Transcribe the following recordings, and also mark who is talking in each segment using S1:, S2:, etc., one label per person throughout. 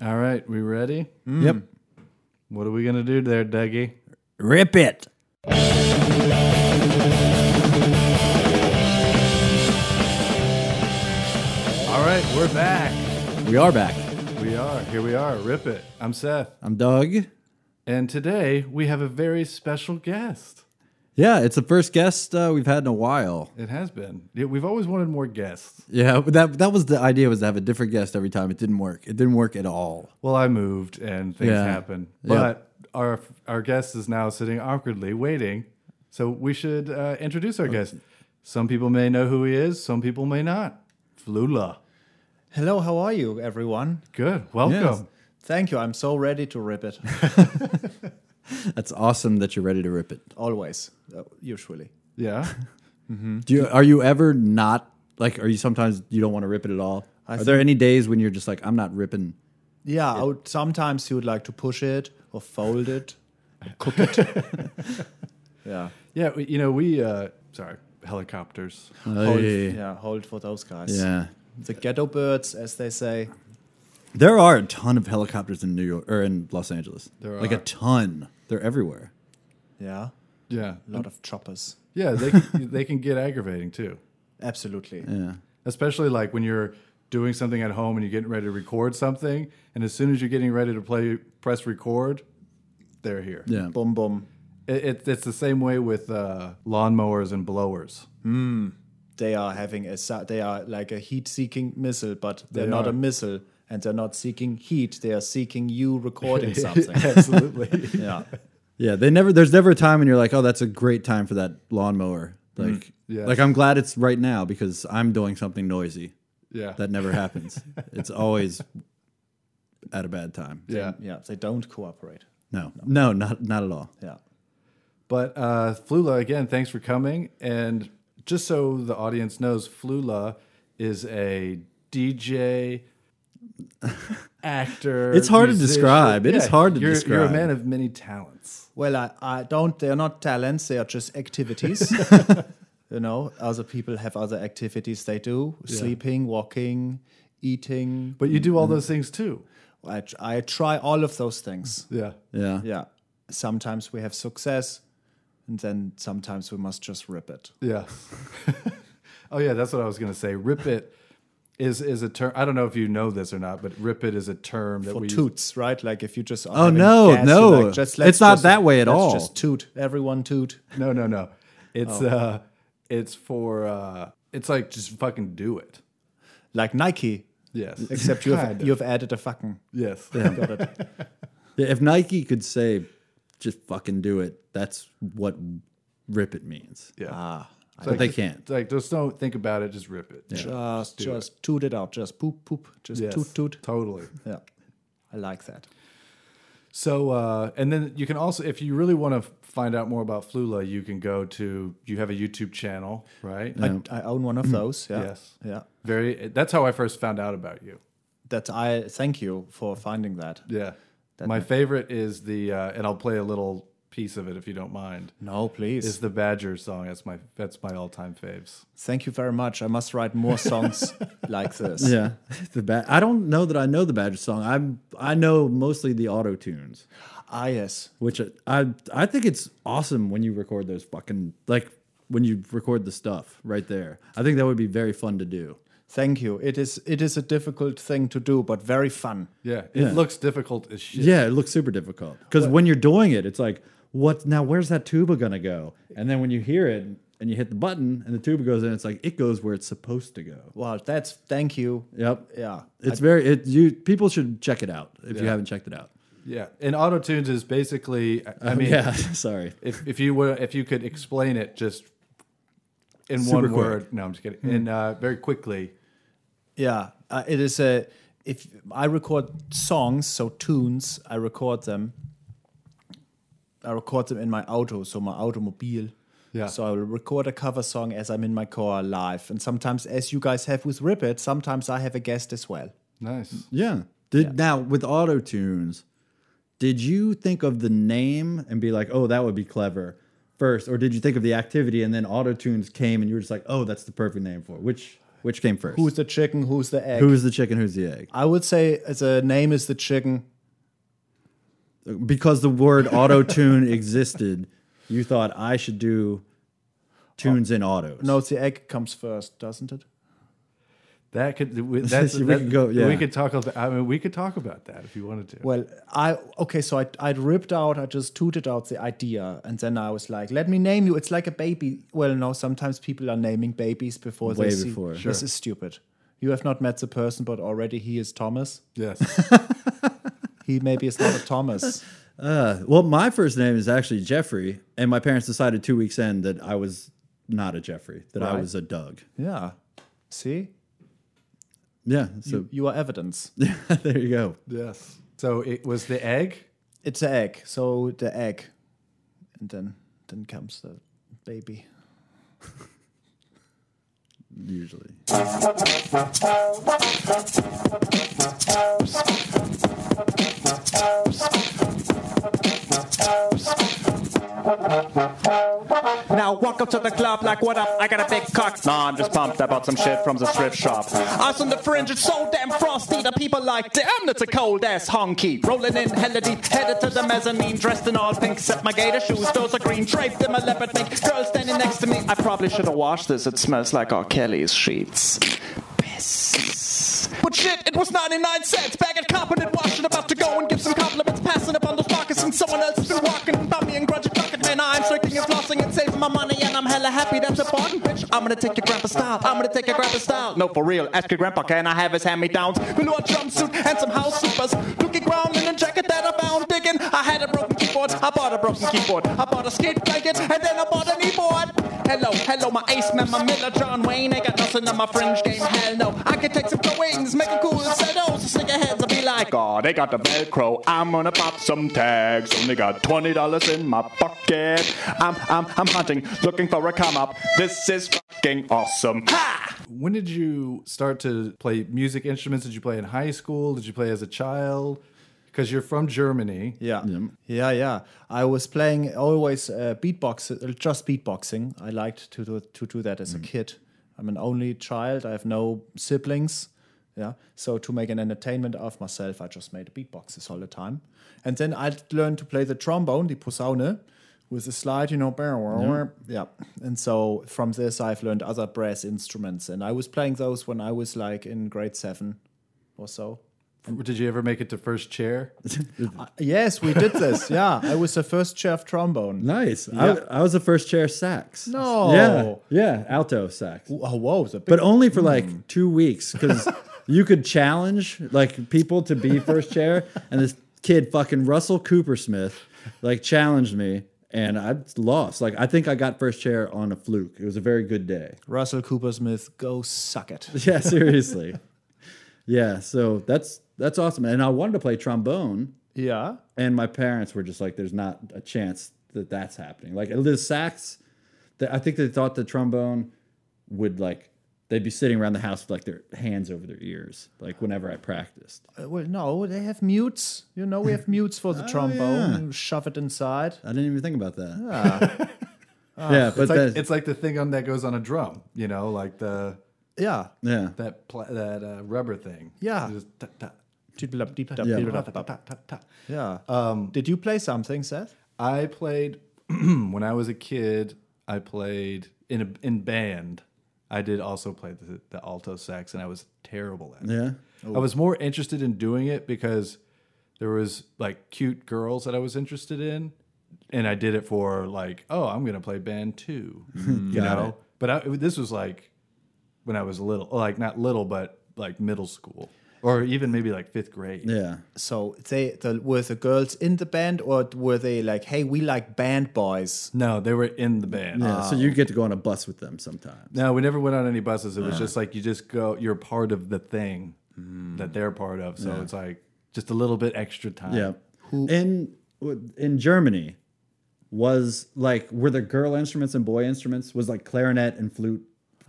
S1: All right, we ready?
S2: Yep.
S1: What are we gonna do there, Dougie?
S2: Rip it.
S1: All right, we're back.
S2: We are back.
S1: We are here. We are. Rip it. I'm Seth,
S2: I'm Doug.
S1: and today we have a very special guest.
S2: Yeah, it's the first guest uh, we've had in a while.
S1: It has been. Yeah, We've always wanted more guests.
S2: Yeah, but that that was the idea was to have a different guest every time. It didn't work. It didn't work at all.
S1: Well, I moved and things
S2: Yeah.
S1: happened,
S2: Yeah.
S1: but our our guest is now sitting awkwardly waiting. So we should uh, introduce our guest. Some people may know who he is. Some people may not. Flula.
S3: Hello, how are you, everyone?
S1: Good. Welcome.
S2: Yes.
S3: Thank you. I'm so ready to rip it.
S2: That's awesome that you're ready to rip it.
S3: Always, uh, usually.
S1: Yeah.
S2: Do you are you ever not like are you sometimes you don't want to rip it at all?
S3: I
S2: are there any days when you're just like I'm not ripping?
S3: Yeah, I would, sometimes you would like to push it or fold it, or cook it. yeah,
S1: Yeah. we- You know, we. Uh, sorry. Helicopters.
S2: Uh,
S3: hold,
S2: Hey.
S3: yeah, hold for those guys.
S2: Yeah.
S3: the ghetto birds, as they say.
S2: There are a ton of helicopters in New York or in Los Angeles.
S1: There
S2: like
S1: are.
S2: a ton. They're everywhere.
S3: Yeah,
S1: Yeah.
S3: a lot of choppers.
S1: Yeah. They can, they can get aggravating too,
S3: Absolutely.
S2: Yeah.
S1: especially like when you're doing something at home and you're getting ready to record something, and as soon as you're getting ready to play press record, they're here.
S2: Yeah.
S3: Boom, boom.
S1: It, it, it's the same way with uh, lawnmowers and blowers.
S3: They are having a. sa- They are like a heat-seeking missile, but they're
S1: They
S3: not
S1: are.
S3: a missile, and they're not seeking heat. They are seeking you recording something.
S1: Absolutely.
S3: yeah.
S2: Yeah, they never. There's never a time when you're like, oh, that's a great time for that lawnmower. Like,
S1: Mm-hmm. Yeah.
S2: like I'm glad it's right now because I'm doing something noisy.
S1: Yeah.
S2: That never happens. it's always at a bad time.
S1: yeah.
S3: Yeah, they don't cooperate.
S2: No, no, not not at all.
S3: Yeah.
S1: But uh, Flula, again, thanks for coming. And just so the audience knows, Flula is a DJ, actor.
S2: It's hard to describe. It
S1: It is
S2: is hard to
S1: you're, You're a
S2: describe.
S1: man of many talents.
S3: Well, I, I don't. They are not talents. They are just activities. you know, other people have other activities they do: sleeping, walking, eating.
S1: But you do
S2: Mm-hmm.
S1: all those things too.
S3: I, tr- I try all of those things.
S1: Yeah.
S2: Yeah,
S3: Yeah. Sometimes we have success, and then sometimes we must just rip it.
S1: Yeah. oh yeah, that's what I was gonna say. Rip it is is a term. I don't know if you know this or not, but rip it is a term that
S3: For
S1: we
S3: toots, right? Like if you just are
S2: Oh,
S3: having
S2: no,
S3: gas,
S2: no.
S3: you're like,
S2: It's not that way at
S3: let's
S2: all.
S3: Just toot, everyone toot.
S1: No, no, no. It's
S2: Oh.
S1: uh, it's for uh, it's like just fucking do it.
S3: Like Nike,
S1: Yes.
S3: except you
S1: Kind
S3: have
S1: of.
S3: you've added a fucking.
S1: Yes.
S3: Got it.
S2: Yeah, If Nike could say, just fucking do it. That's what rip it means.
S1: Yeah.
S3: Ah,
S1: It's
S2: But they
S1: just-
S2: can't.
S1: it's like just don't think about it. Just rip it.
S3: just uh, just toot it out. Just poop poop. Just
S1: Yes,
S3: toot toot.
S1: Totally.
S3: Yeah, I like that.
S1: So, uh, and then you can also, if you really want to find out more about Flula, you can go to. You have a YouTube channel, right?
S3: I, I own one of those. Yeah.
S1: Um, mm-hmm. Yes.
S3: Yeah.
S1: Very. That's how I first found out about you.
S3: That I thank you for finding that.
S1: Yeah. My favorite is the, uh, and I'll play a little piece of it if you don't mind.
S3: No, please.
S1: Is the Badger song? That's my that's my all time faves.
S3: thank you very much. I must write more songs like this.
S2: Yeah, the bad. I don't know that I know the Badger song. I'm I know mostly the auto tunes.
S3: Ah, yes.
S2: which I- I I think it's awesome when you record those fucking like when you record the stuff right there. I think that would be very fun to do.
S3: Thank you. It is it is a difficult thing to do, but very fun.
S1: Yeah. It looks difficult as shit.
S2: Yeah, it looks super difficult because when you're doing it, it's like what now? Where's that tuba gonna go? And then when you hear it and you hit the button and the tuba goes in, it's like it goes where it's supposed to go.
S3: Well, that's thank you.
S2: Yep.
S3: Yeah.
S2: It's very it you people should check it out if you haven't checked it out.
S1: Yeah. And auto tunes is basically. I- I mean,
S2: yeah, sorry.
S1: if if you were if you could explain it just in
S2: Super
S1: one
S2: quick. Hmm.
S1: word. No, I'm just kidding. And uh, very quickly.
S3: Yeah, uh, it is a. If I record songs, so tunes, I record them. I record them in my auto, so my automobile.
S1: Yeah.
S3: So I will record a cover song as I'm in my car live, and sometimes, as you guys have with Rip It, sometimes I have a guest as well.
S1: Nice.
S2: Yeah. Did now with auto tunes, did you think of the name and be like, oh, that would be clever first, or did you think of the activity and then auto tunes came and you were just like, oh, that's the perfect name for it? Which Which came first?
S3: Who's the chicken? Who's the egg?
S2: Who's the chicken? Who's the egg?
S3: I would say the name is the chicken.
S2: Because the word auto tune existed, you thought I should do tunes in autos.
S3: No, it's the egg comes first, doesn't it?
S1: That could that's,
S2: We
S1: that-
S2: could go- yeah.
S1: we could talk about I mean we could talk about that if you wanted to.
S3: Well, I okay, so I I ripped out, I just tooted out the idea, and then I was like, "Let me name you." It's like a baby. Well, no, sometimes people are naming babies before
S2: Way
S3: they see.
S2: before. Sure.
S3: This is stupid. You have not met the person, but already he is Thomas.
S1: Yes.
S3: He maybe is not a Thomas.
S2: Uh, well, my first name is actually Jeffrey, and my parents decided two weeks in that I was not a Jeffrey, that I
S3: Right.
S2: was a Doug.
S3: Yeah, see,
S2: Yeah. So
S3: you are evidence.
S2: there you go.
S1: yes. So it was the egg.
S3: It's an egg, so the egg, and then then comes the baby.
S2: Usually.
S4: Now walk up to the club like what up? I got a big cock. Nah, I'm just pumped. I bought some shit from the thrift shop. Us on the fringe, it's so damn frosty. The people like, damn, that's a cold ass honky. Rolling in hella deep, headed to the mezzanine, dressed in all pink, set my gator shoes, those are green, draped in my leopard mink. Girl standing next to me. I probably should have washed this. It smells like R. Kelly's sheets. Piss. But shit, it was 99 cents. Back at competent washing, about to go and give some compliments. Passing up on those pockets and someone else has been walking. Bummy and grudge bucket man. I'm shrinking and flossing and saving my money and I'm hella happy. That's important, bitch. I'm gonna take your grandpa's style. I'm gonna take your grandpa's style. No, for real. Ask your grandpa, can I have his hand-me-downs? Blue a jumpsuit and some house slippers. Looking ground in a jacket that I found digging. I had a broken keyboard. I bought a broken keyboard. I bought a skate blanket and then I bought a kneeboard. Hello, hello, my ace man, my Miller, John Wayne. Ain't got nothing on my fringe game. Hell no. I can take some wings, make them cool and set those. Stick your heads and be like, oh, they got the Velcro. I'm gonna pop some tags. Only got twenty dollars in my pocket. I'm I'm I'm hunting, looking for a come up. This is fucking awesome. Ha!
S1: When did you start to play music instruments? Did you play in high school? Did you play as a child? Because you're from Germany.
S3: Yeah. Yeah, yeah. I was playing always uh, beatbox, uh, just beatboxing. I liked to do, to do that as a kid. I'm an only child. I have no siblings. Yeah. So to make an entertainment of myself, I just made beatboxes all the time. And then I learned to play the trombone, the posaune, with a slide, you know. Yeah. And so from this, I've learned other brass instruments. And I was playing those when I was like in grade seven or so.
S1: Did you ever make it to first chair?
S3: Yes, we did this. Yeah, I was the first chair of trombone.
S2: Nice.
S3: Yeah.
S2: I, I was the first chair sax.
S3: No.
S2: Yeah. Yeah. Alto sax.
S3: Oh, whoa, the big,
S2: But only for like
S3: Hmm.
S2: two weeks because you could challenge like people to be first chair. And this kid, fucking Russell Cooper Smith, like challenged me and I lost. Like, I think I got first chair on a fluke. It was a very good day.
S3: Russell Cooper Smith, go suck it.
S2: Yeah, seriously. yeah, so that's that's awesome. And I wanted to play trombone,
S3: Yeah,
S2: and my parents were just like, "There's not a chance that that's happening." Like the sax, that I think they thought the trombone would like they'd be sitting around the house with like their hands over their ears, like whenever I practiced.
S3: Uh, well, no, they have mutes. You know, we have mutes for the trombone. You Shove it inside.
S2: I didn't even think about that. Yeah, but
S1: Ah. It's like,
S2: that's-
S1: it's like the thing on that goes on a drum, you know, like the
S3: Yeah,
S2: yeah,
S1: that pla that uh, rubber thing.
S3: Yeah.
S1: Just ta- ta- ta- ta-
S3: yeah.
S1: ta- ta- ta.
S3: yeah. Um, Did you play something, Seth?
S1: I played when I was a kid. I played in a in band. I did also play the, the alto sax, and I was terrible at it.
S2: yeah.
S1: I was more interested in doing it because there was like cute girls that I was interested in, and I did it for like, oh, I'm gonna play band too,
S2: Mm-hmm.
S1: you know. But I, this was like when I was little, like not little, but like middle school or even maybe like fifth grade.
S2: Yeah,
S3: So they the, were the girls in the band, or were they like, "Hey, we like band boys"?
S1: No, they were in the band.
S2: yeah. so you get to go on a bus with them sometimes.
S1: No, we never went on any buses. It was just like you just go. You're part of the thing that they're part of. So it's like just a little bit extra time.
S2: Yeah. in in Germany was like were the girl instruments and boy instruments was like clarinet and flute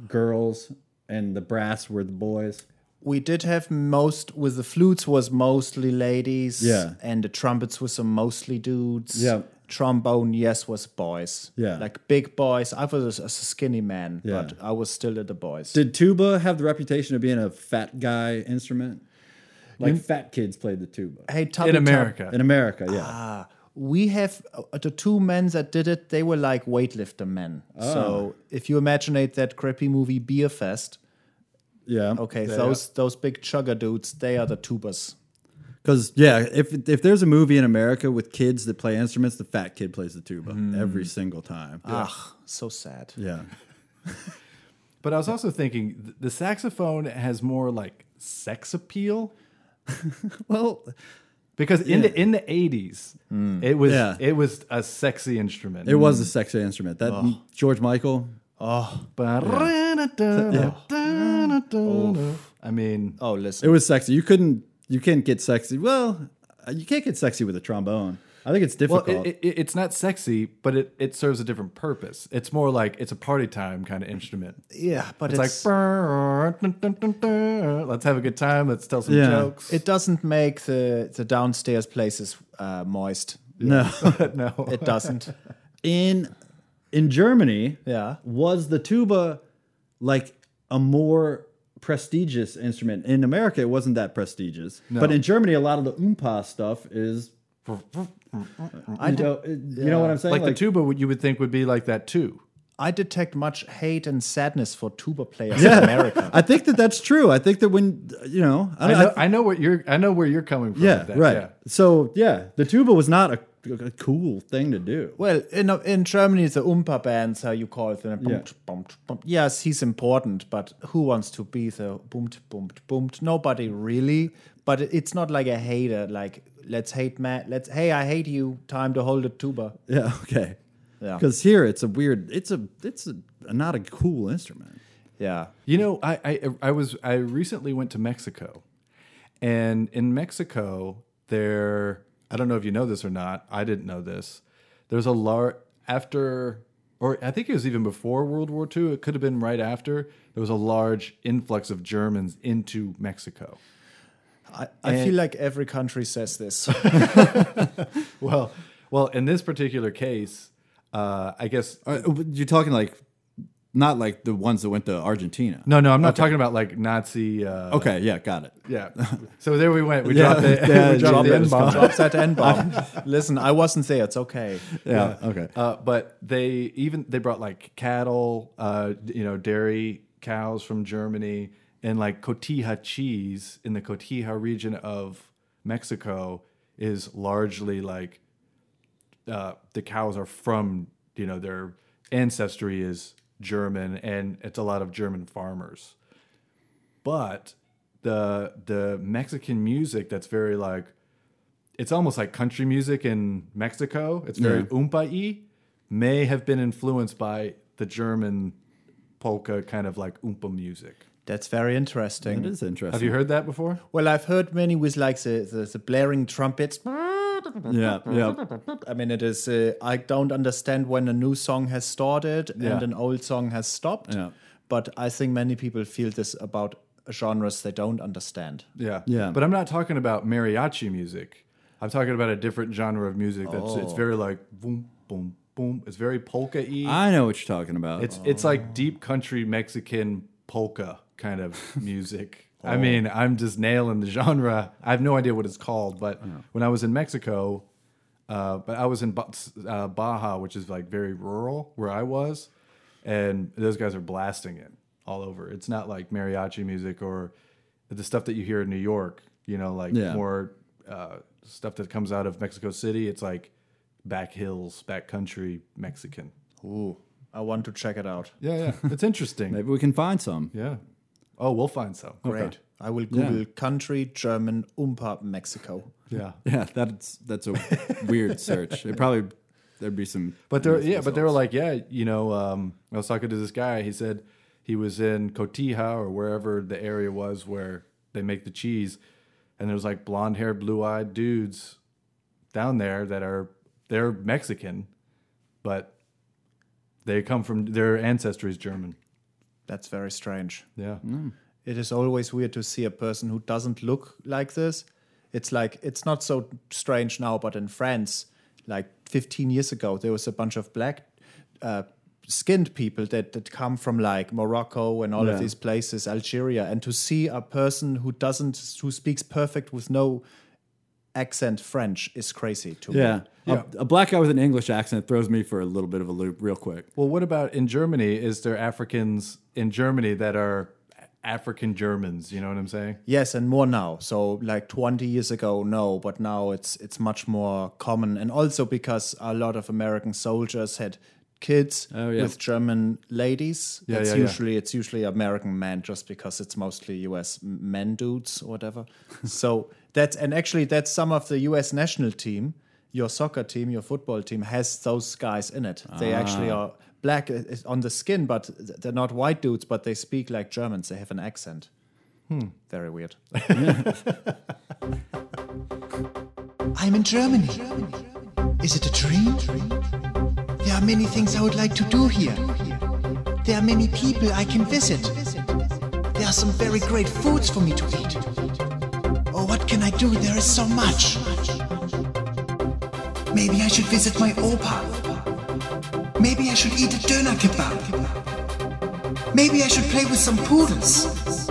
S2: girls and the brass were the boys.
S3: We did have most with the flutes was mostly ladies,
S2: Yeah.
S3: and the trumpets were some mostly dudes,
S2: Yeah.
S3: trombone, yes, was boys.
S5: Yeah.
S3: Like big boys. I was a, a skinny man,
S5: Yeah.
S3: but I was still in the boys.
S5: Did tuba have the reputation of being a fat guy instrument? Like fat kids played the tuba
S3: hey, Tubby
S1: in
S3: Tub-
S1: America.
S5: in America. Yeah.
S2: Ah,
S3: we have uh, the two men that did it. They were like weightlifter men.
S5: Ah.
S3: So if you imaginate that crappy movie Beer Fest,
S5: yeah.
S3: okay, those those big chugger dudes, they are the tubas.
S2: Because yeah, if if there's a movie in America with kids that play instruments, the fat kid plays the tuba
S5: Hmm.
S2: every single time.
S3: Ah, so sad.
S2: yeah,
S1: But I was also thinking th- the saxophone has more like sex appeal. well, because in the in the eighties, it was
S2: Yeah.
S1: it was a sexy instrument.
S2: it was a
S5: Hmm.
S2: sexy instrument. That George Michael.
S1: I mean,
S3: Oh,
S2: It
S3: listen.
S2: was sexy. You couldn't. You can't get sexy. Well, uh, you can't get sexy with a trombone. I think it's
S1: well,
S2: difficult.
S1: it, it, it's not sexy, but it, it serves a different purpose. It's more like it's a party time kind of instrument.
S3: yeah, but
S1: It's,
S3: it's,
S1: like "Brrr, dun, dun, dun, dun. let's have a good time. Let's tell some
S2: Yeah.
S1: jokes.
S3: it doesn't make the the downstairs places uh, moist.
S2: no,
S1: no,
S3: It doesn't.
S2: in in Germany,
S3: Yeah.
S2: was the tuba like a more prestigious instrument? In America, it wasn't that prestigious, but in Germany, a lot of the umpa stuff is.
S1: Mm,
S2: I don't, you know what I'm saying?
S1: like, the tuba, would- you would think would be like that too.
S3: I detect much hate and sadness for tuba players in America.
S2: I think that that's true. I think that when you know, I,
S1: I
S2: don't- I-
S1: know, I know what you're. I know where you're coming from.
S2: yeah,
S1: with that,
S2: right.
S1: yeah.
S2: So yeah, the tuba was not a, a cool thing to do.
S3: Well, in in Germany, the Umpa bands, how you call them,
S2: Yeah.
S3: boomt, boomt, boomt. yes, he's important, but who wants to be the boomt, boomt, boomt? Nobody really. But it's not like a hater. Like let's hate Matt. Let's hey, I hate you. Time to hold a tuba.
S2: Yeah, okay.
S3: Yeah.
S2: Because here it's a weird, it's a, it's a, not a cool instrument.
S3: Yeah,
S1: You know, I, I I was I recently went to Mexico, and in Mexico there I don't know if you know this or not. I didn't know this. There's a large after, or I think it was even before World War II. It could have been right after. There was a large influx of Germans into Mexico.
S3: I, I feel like every country says this.
S1: Well, well, in this particular case, uh, I guess
S2: Uh, You're talking like, not like the ones that went to Argentina.
S1: no, no, I'm not talking about like Nazi. Uh,
S2: Okay, yeah, got it.
S1: Yeah. So there we went. We
S2: Oh. Yeah,
S1: dropped it.
S2: yeah,
S1: we dropped
S2: drop
S1: the
S2: it.
S1: N bomb.
S3: Drops that N bomb. Listen, I wasn't there. It's okay.
S2: Yeah, okay.
S1: Uh, but they even they brought like cattle, uh, you know, dairy cows from Germany and like cotija cheese in the cotija region of Mexico is largely like uh, the cows are from you know their ancestry is German and it's a lot of German farmers, but the the Mexican music that's very like it's almost like country music in Mexico. It's very oompa y. May have been influenced by the German polka kind of like oompa music.
S3: That's very interesting.
S2: It is interesting.
S1: Have you heard that before?
S3: Well, I've heard many with like the, the, the blaring trumpets.
S2: Yeah, yeah.
S3: I mean, it is. Uh, I don't understand when a new song has started
S2: Yeah.
S3: and an old song has stopped.
S2: Yeah.
S3: But I think many people feel this about genres they don't understand.
S1: Yeah.
S2: Yeah.
S1: But I'm not talking about mariachi music. I'm talking about a different genre of music that's it's very like boom boom boom. It's very polka y.
S2: I know what you're talking about.
S1: It's it's like deep country Mexican polka kind of music. I mean, I'm just nailing the genre. I have no idea what it's called, but when I was in Mexico, uh, but I was in Ba- uh, Baja, which is like very rural where I was, and those guys are blasting it all over. It's not like mariachi music or the stuff that you hear in New York. You know, like
S2: Yeah.
S1: more uh, stuff that comes out of Mexico City. It's like back hills, back country Mexican.
S3: Ooh, I want to check it out.
S1: Yeah, yeah. It's interesting.
S2: Maybe we can find some.
S1: Yeah. Oh, we'll find some.
S3: Great. I will Google country German umpa Mexico.
S1: Yeah.
S2: Yeah, that's that's a weird search. It probably there'd be some.
S1: But they're yeah, but they were like, yeah, you know, um, I was talking to this guy. He said he was in Cotija or wherever the area was where they make the cheese, and there was like blonde haired, blue eyed dudes down there that are they're Mexican, but they come from their ancestry is German. Mm.
S3: That's very strange.
S1: Yeah.
S3: It is always weird to see a person who doesn't look like this. It's like it's not so strange now, but in France, like 15 years ago, there was a bunch of black uh, skinned people that, that come from like Morocco and all
S2: Yeah.
S3: of these places, Algeria, and to see a person who doesn't, who speaks perfect with no accent French is crazy to me.
S2: Yeah. A, a black guy with an English accent throws me for a little bit of a loop, real quick.
S1: Well, what about in Germany? Is there Africans in Germany that are African Germans? You know what I'm saying?
S3: Yes, and more now. So like 20 years ago, no, but now it's it's much more common, and also because a lot of American soldiers had kids
S2: yeah.
S3: with German ladies.
S1: Oh, Yeah,
S3: it's
S1: yeah, yeah.
S3: usually it's usually American men, just because it's mostly U.S. men dudes or whatever. so that's and actually that's some of the U.S. national team, your soccer team, your football team has those guys in it. They
S1: Ah.
S3: actually are black uh, on the skin, but they're not white dudes, but they speak like Germans. They have an accent. Very weird.
S6: I'm in Germany. Is it a dream? There are many things I would like to do here. There are many people I can visit. There are some very great foods for me to eat. Oh, what can I do? There is so much. Maybe I should visit my Opa. Maybe I should eat a Döner kebab. Maybe I should play with some poodles.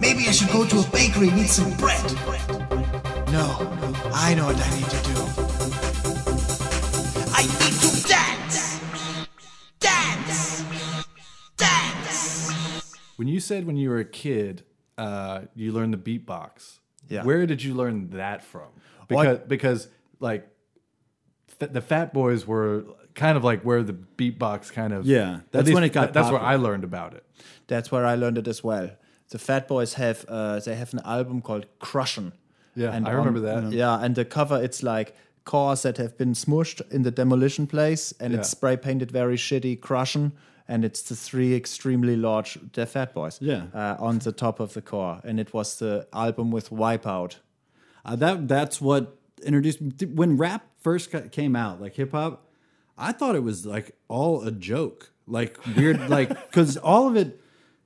S6: Maybe I should go to a bakery and eat some bread. No, I know what I need to do. I need to dance! Dance! Dance!
S1: When you said when you were a kid, uh, you learned the beatbox.
S3: Yeah.
S1: Where did you learn that from? Because because like fa- the Fat Boys were kind of like where the beatbox kind of
S2: Yeah,
S1: at
S2: that's
S1: least
S2: when it got
S1: that- That's where
S2: popular.
S1: I learned about it.
S3: That's where I learned it as well. The Fat Boys have uh, they have an album called Crushin'.
S1: Yeah, I remember that.
S3: Yeah, and the cover it's like cars that have been smushed in the demolition place, and it's
S1: Yeah.
S3: spray painted very shitty Crushin', and it's the three extremely large the Fat Boys.
S2: Yeah.
S3: uh, on the top of the car, and it was the album with Wipeout.
S2: Uh, that that's what introduced me. Th- when rap first ca- came out, like hip hop. I thought it was like all a joke, like weird, like because all of it,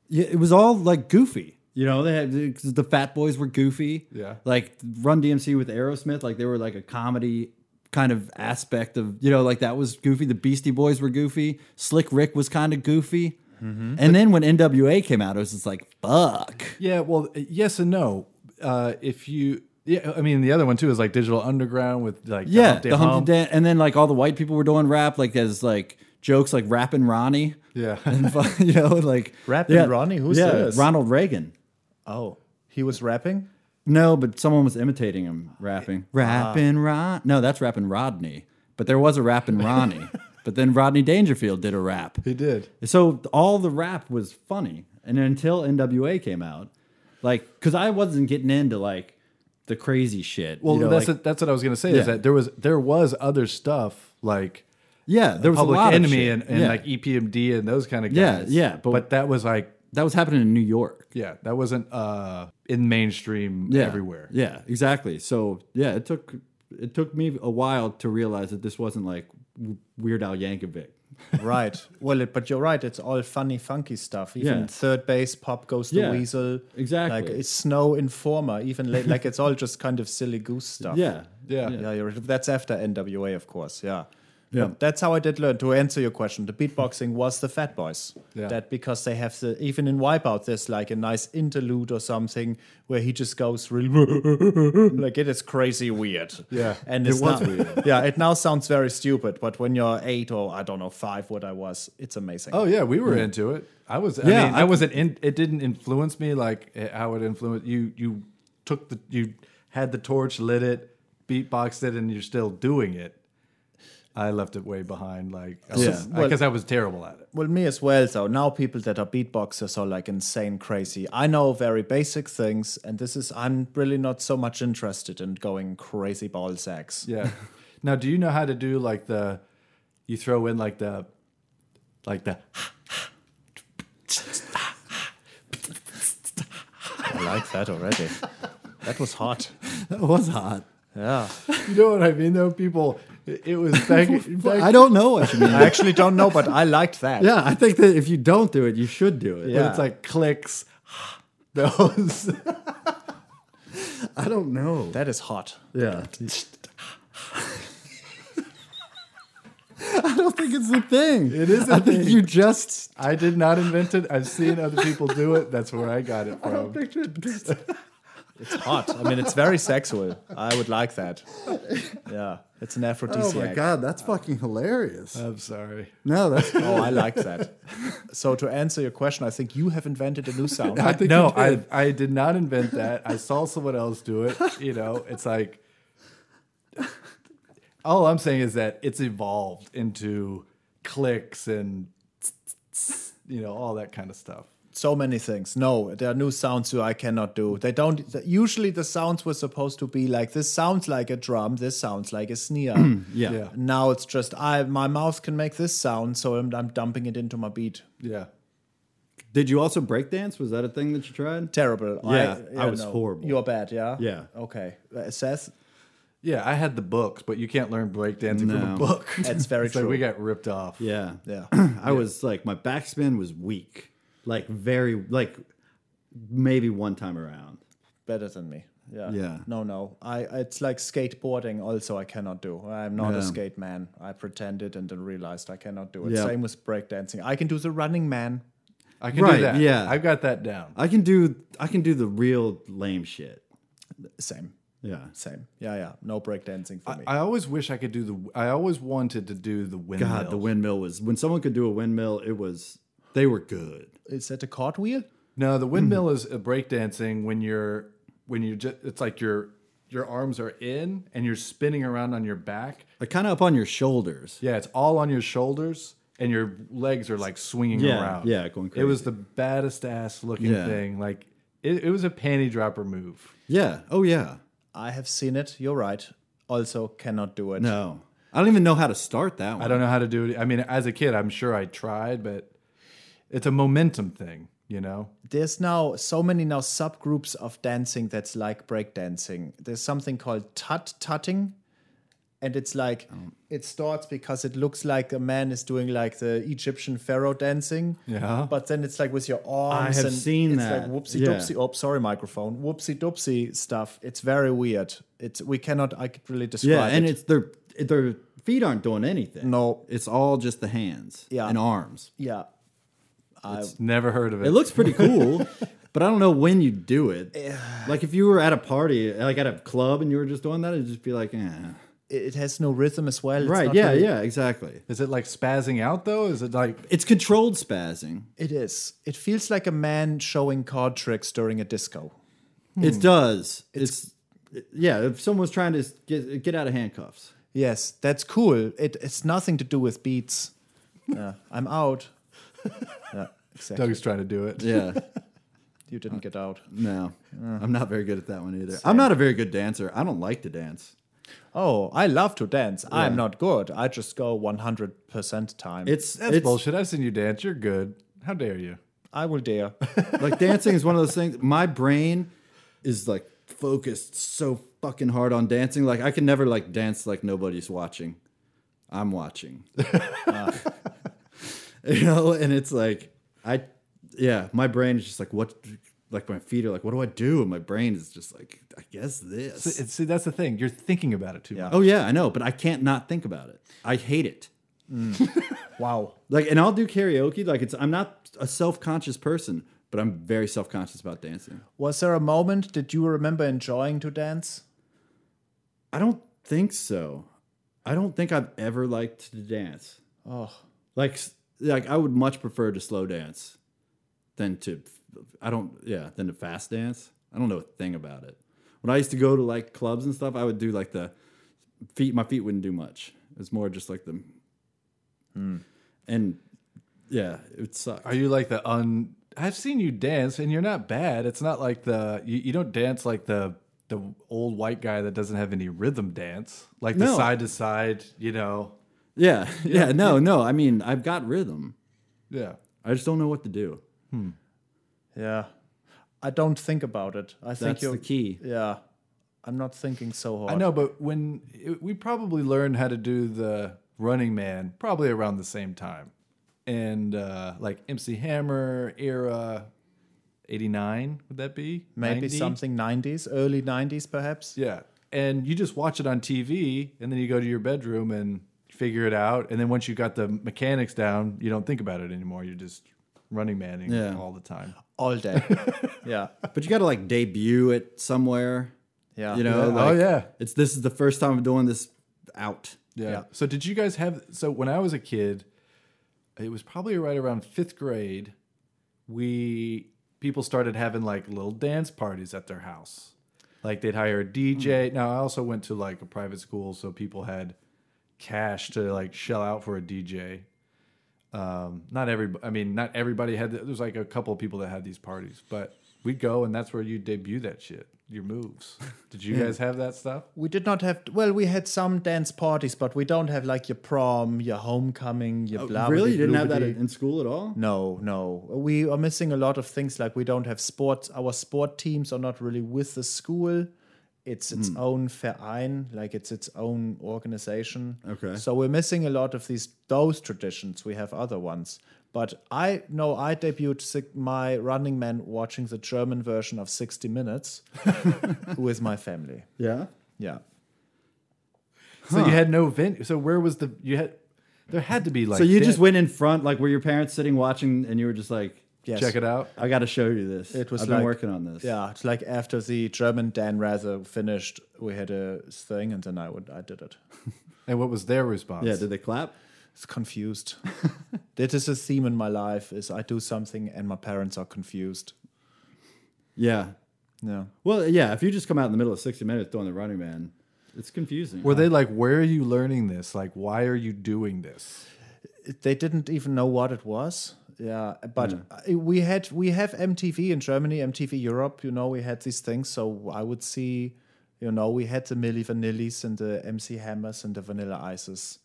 S2: yeah, it was all like goofy. You know, they had 'cause the Fat Boys were goofy.
S1: Yeah.
S2: like Run DMC with Aerosmith, like they were like a comedy kind of aspect of you know, like that was goofy. The Beastie Boys were goofy. Slick Rick was kind of goofy. And then when NWA came out, it was just like fuck.
S1: Yeah, well, yes and no. Uh, if you, yeah, I mean, the other one too is like Digital Underground with like
S2: Yeah,
S1: Humpty
S2: the
S1: Hump.
S2: Humpty Dan- and then like all the white people were doing rap, like as like jokes, like rapping Ronnie.
S1: Yeah.
S2: and fu- you know, like
S3: Rapping Ronnie? Who's
S2: yeah,
S3: this?
S2: Ronald Reagan.
S3: Oh, he was rapping.
S2: No, but someone was imitating him rapping.
S1: Eh, uh-huh.
S2: Rapping Ron. No, that's rapping Rodney. But there was a rapping Ronnie. but then Rodney Dangerfield did a rap.
S1: He did.
S2: So all the rap was funny, and until NWA came out, like because I wasn't getting into like the crazy shit.
S1: Well,
S2: you know,
S1: that's
S2: like-
S1: what- that's what I was gonna say
S2: Yeah.
S1: is that there was there was other stuff like
S2: yeah. There was
S1: Public
S2: a lot of
S1: Enemy
S2: shit.
S1: and, and
S2: Yeah.
S1: like e EPMD and those kind of
S2: Yeah,
S1: guys.
S2: yeah,
S1: but,
S2: but-
S1: that was like
S2: that was happening in New York.
S1: yeah, that wasn't uh in mainstream
S2: yeah.
S1: everywhere.
S2: Yeah, exactly. So yeah, it took it took me a while to realize that this wasn't like W- Weird Al Yankovic.
S3: right. Well, it, but you're right. It's all funny, funky stuff. Even
S2: Yeah.
S3: third base, pop goes the
S2: Yeah,
S3: weasel.
S2: exactly.
S3: Like it's snow informer. Even late, like it's all just kind of silly goose stuff.
S2: Yeah,
S1: Yeah.
S3: Yeah, you're, that's after NWA, of course. Yeah.
S2: Yeah.
S3: But that's how I did learn. To answer your question, the beatboxing was the Fat Boys.
S1: Yeah.
S3: That because they have the even in Wipeout, there's like a nice interlude or something where he just goes really like it is crazy weird.
S1: Yeah.
S3: and it's not, weird. Yeah, it now sounds very stupid, but when you're eight or I don't know five, what I was, it's amazing.
S1: Oh yeah, we were into it. I was. I
S2: Yeah,
S1: mean, I,
S2: I-
S1: wasn't. In, it didn't influence me like eh, how it influenced you. You took the you had the torch, lit it, beatboxed it, and you're still doing it. I left it way behind, like because
S2: Yeah.
S1: I, 'cause I was terrible at it.
S3: Well, me as well, though. Now people that are beatboxers are like insane crazy. I know very basic things, and this is, I'm really not so much interested in going crazy ball sacks.
S1: Yeah. now, do you know how to do like the? You throw in like the, like the.
S3: I like that already. that was hot.
S2: that was hot.
S3: Yeah.
S1: You know what I mean, though. People, it, it was back. back
S2: I don't know what you mean.
S3: I actually don't know, but I liked that.
S2: yeah, I think that if you don't do it, you should do it.
S1: But it's like clicks. Those.
S2: I don't know.
S3: That is hot.
S2: Yeah, I don't think it's the thing.
S1: It is. I
S2: think you just
S1: I did not invent it. I've seen other people do it. That's where I got it from.
S3: It's hot. I mean, it's very sexual. I would like that. Yeah, it's an
S2: Oh
S3: aphrodisiac.
S2: my god, that's fucking hilarious.
S1: I'm sorry.
S2: No, that's
S3: Oh, I like that. So to answer your question, I think you have invented a new sound.
S1: I no, I I did not invent that. I saw someone else do it. You know, it's like all I'm saying is that it's evolved into clicks and you know all that kind of stuff.
S3: so many things. No, there are new sounds you I cannot do. They don't. Usually, the sounds were supposed to be like this sounds like a drum. This sounds like a sneer.
S2: yeah.
S1: Yeah,
S3: Now it's just I my mouth can make this sound, so I'm, I'm dumping it into my beat.
S1: yeah.
S2: Did you also breakdance? Was that a thing that you tried?
S3: Terrible.
S2: Yeah, I was horrible.
S3: You're bad. Yeah.
S2: Yeah.
S3: Okay. Uh, Seth,
S1: Yeah, I had the books, but you can't learn breakdancing from a
S2: No.
S1: book.
S3: That's very
S1: It's like
S3: true.
S1: we got ripped off.
S2: Yeah.
S3: Yeah.
S2: I was like my backspin was weak. Like very like maybe one time around.
S3: better than me. Yeah.
S2: Yeah.
S3: No, no. I it's like skateboarding. Also, I cannot do. I'm not a
S2: Yeah.
S3: skate man. I pretended and then realized I cannot do it.
S2: Yeah.
S3: Same with breakdancing. I can do the running man.
S1: I can
S2: Right,
S1: do that.
S2: yeah.
S1: I've got that down.
S2: I can do I can do the real lame shit.
S3: Same.
S2: Yeah.
S3: Same. Yeah, yeah. No breakdancing for me.
S1: I always wish I could do the. I always wanted to do the windmill.
S2: God, the windmill was when someone could do a windmill, it was they were good.
S3: Is that a cartwheel?
S1: No,
S2: Hmm.
S1: the windmill is a breakdancing when you're when you just it's like your your arms are in and you're spinning around on your back.
S2: Like kind of up on your shoulders.
S1: Yeah, it's all on your shoulders and your legs are like swinging
S2: Yeah,
S1: around.
S2: yeah, going
S1: It was
S2: crazy.
S1: the baddest ass looking
S2: Yeah.
S1: thing. Like it, it was a panty dropper move.
S2: Yeah. Oh yeah.
S3: I have seen it. You're right. Also, cannot do it.
S2: No. I don't even know how to start that one.
S1: I don't know how to do it. I mean, as a kid, I'm sure I tried, but it's a momentum thing, you know.
S3: There's now so many now subgroups of dancing that's like breakdancing. There's something called tut tutting. And it's like,
S2: Oh.
S3: it starts because it looks like a man is doing like the Egyptian pharaoh dancing.
S1: Yeah.
S3: But then it's like with your arms.
S2: have
S3: and
S2: seen
S3: it's
S2: that.
S3: like whoopsie
S2: Yeah.
S3: doopsie. Oh, sorry, microphone. Whoopsie doopsie stuff. It's very weird. It's we cannot. I could really describe.
S2: Yeah, and
S3: it.
S2: it's their their feet aren't doing anything.
S3: No.
S2: It's all just the hands
S3: Yeah.
S2: and arms.
S3: yeah.
S1: Never heard of it.
S2: It looks pretty cool, but I don't know when you do it. Like if you were at a party, like at a club, and you were just doing that, it'd just be like, eh.
S3: It it has no rhythm as well. It's
S2: right?
S3: not
S2: Yeah,
S3: really-
S2: yeah, exactly.
S1: Is it like spazzing out though? Is it like
S2: It's controlled spazzing.
S3: It is. It feels like a man showing card tricks during a disco.
S2: It does. It's, yeah. If someone's trying to get get out of handcuffs,
S3: Yes, that's cool. It, it's nothing to do with beats. Yeah, I'm out. Yeah, exactly.
S1: Doug's trying to do it?
S2: yeah.
S3: You didn't get out.
S2: No, I'm not very good at that one either. I'm not a very good dancer. I don't like to dance.
S3: Oh, I love to dance. I'm not good. I just go 100% time.
S2: It's
S1: That's
S2: it's
S1: bullshit. I've seen you dance. You're good. How dare you?
S3: I will dare.
S2: like dancing is one of those things my brain is like focused so fucking hard on dancing like i can never like dance like nobody's watching i'm watching Uh, you know and it's like i yeah my brain is just like what like my feet are like what do i do and my brain is just like i guess this
S1: It's, see, that's the thing. You're thinking about it too much.
S2: oh yeah i know but i can't not think about it i hate it
S3: wow.
S2: like and i'll do karaoke like it's i'm not a self-conscious person but i'm very self-conscious about dancing
S3: Was there a moment that you remember enjoying to dance?
S2: I don't think so. I don't think I've ever liked to dance. Oh, like like I would much prefer to slow dance than to I don't yeah than to fast dance. I don't know a thing about it. When I used to go to like clubs and stuff, I would do like the feet. My feet wouldn't do much. It's more just like the and yeah, it sucked.
S1: Are you like the un? I've seen you dance, and you're not bad. It's not like the you, you don't dance like the the old white guy that doesn't have any rhythm dance, like the
S2: No.
S1: side to side. You know,
S2: yeah, yeah, no, no. I mean, I've got rhythm.
S1: yeah.
S2: I just don't know what to do.
S3: Yeah. I don't think about it. I think
S2: That's
S3: you're.
S2: the key.
S3: Yeah. I'm not thinking so hard.
S1: I know, but when it, we probably learned how to do the Running Man, probably around the same time, and uh, like MC Hammer era, eighty nine would that be
S3: Maybe
S1: 90?
S3: something 90s, early 90s perhaps.
S1: Yeah. And you just watch it on TV and then you go to your bedroom and figure it out. And then once you got the mechanics down, you don't think about it anymore. You're just running manning
S2: Yeah.
S1: all the time.
S3: all day. yeah,
S2: But you got to like debut it somewhere.
S3: yeah.
S2: You know,
S1: Oh,
S2: like,
S1: yeah.
S2: It's this is the first time I'm doing this out.
S1: Yeah. So did you guys have so when I was a kid, it was probably right around fifth grade, we people started having like little dance parties at their house. Like they'd hire a DJ. Now I also went to like a private school, so people had cash to like shell out for a DJ. Um, not every I mean, not everybody had there was like a couple of people that had these parties, but we'd go and that's where you debut that shit, your moves. Did you guys have that stuff?
S3: We did not have. Well, we had some dance parties, but we don't have like your prom, your homecoming, your blah.
S2: Oh, really? You didn't have that in school at all?
S3: No, no. We are missing a lot of things. Like we don't have sports. Our sport teams are not really with the school. It's
S2: Hmm.
S3: its own verein, like it's its own organization.
S2: Okay.
S3: So we're missing a lot of these those traditions. We have other ones, but I no, I debuted sig- my Running Man watching the German version of 60 Minutes with my family.
S2: Yeah.
S3: Yeah.
S1: So you had no venue. So where was the you had? There had to be like.
S2: So you
S1: dan-
S2: just went in front, like were your parents sitting watching, and you were just like,
S3: Yes.
S1: check it out.
S2: "I got to show you this.
S3: It was
S2: I've
S3: like-
S2: been working on this."
S3: Yeah, it's like after the German Dan Rather finished, we had a thing, and then I would I did it.
S1: And what was their response?
S2: Yeah. Did they clap?
S3: It's confused. that is a theme in my life: is I do something and my parents are confused.
S2: Yeah.
S3: Yeah,
S2: Well, yeah. If you just come out in the middle of sixty minutes doing the Running Man, it's confusing.
S1: Were they like, where are you learning this? Like, why are you doing this?
S3: It- they didn't even know what it was. Yeah, but
S2: Hmm.
S3: I- we had we have MTV in Germany, MTV Europe. You know, we had these things, so I would see. You know, we had the Milli Vanillis and the MC Hammers and the Vanilla Ices.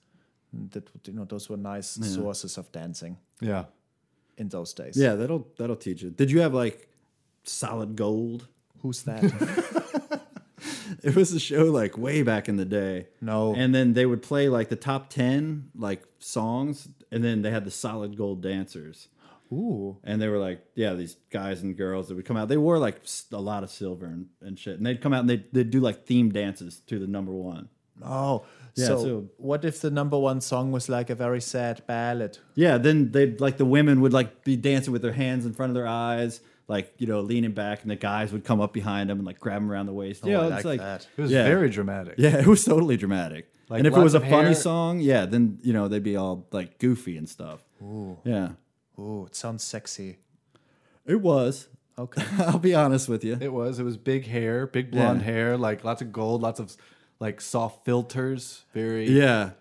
S3: And That you know, those were nice sources of dancing
S1: Yeah.
S3: in those days.
S2: Yeah, that'll that'll teach you. Did you have like solid gold?
S3: Who's that?
S2: It was a show like way back in the day.
S3: No.
S2: And then they would play like the top 10 like songs and then they had the solid gold dancers.
S3: Ooh.
S2: And they were like, yeah, these guys and girls that would come out. They wore like s- a lot of silver and, and shit. And they'd come out and they'd, they'd do like theme dances to the number one.
S3: Oh.
S2: Yeah,
S3: so,
S2: so-
S3: what if the number one song was like a very sad ballad?
S2: Yeah, then they'd like the women would like be dancing with their hands in front of their eyes, like, you know, leaning back. And the guys would come up behind them and like grab them around the waist. yeah,
S3: Oh, I
S2: it's
S3: like
S2: like,
S3: that.
S1: It was
S2: Yeah.
S1: very dramatic.
S2: Yeah, it was totally dramatic.
S1: Like,
S2: and if it
S1: lots
S2: was a
S1: of hair.
S2: funny song, yeah, then you know they'd be all like goofy and stuff. Yeah,
S3: Ooh, it sounds sexy.
S2: it was.
S3: Okay.
S2: I'll be honest with you.
S1: It was. It was big hair, big blonde
S2: Yeah.
S1: hair, like lots of gold, lots of like soft filters. Very.
S2: yeah,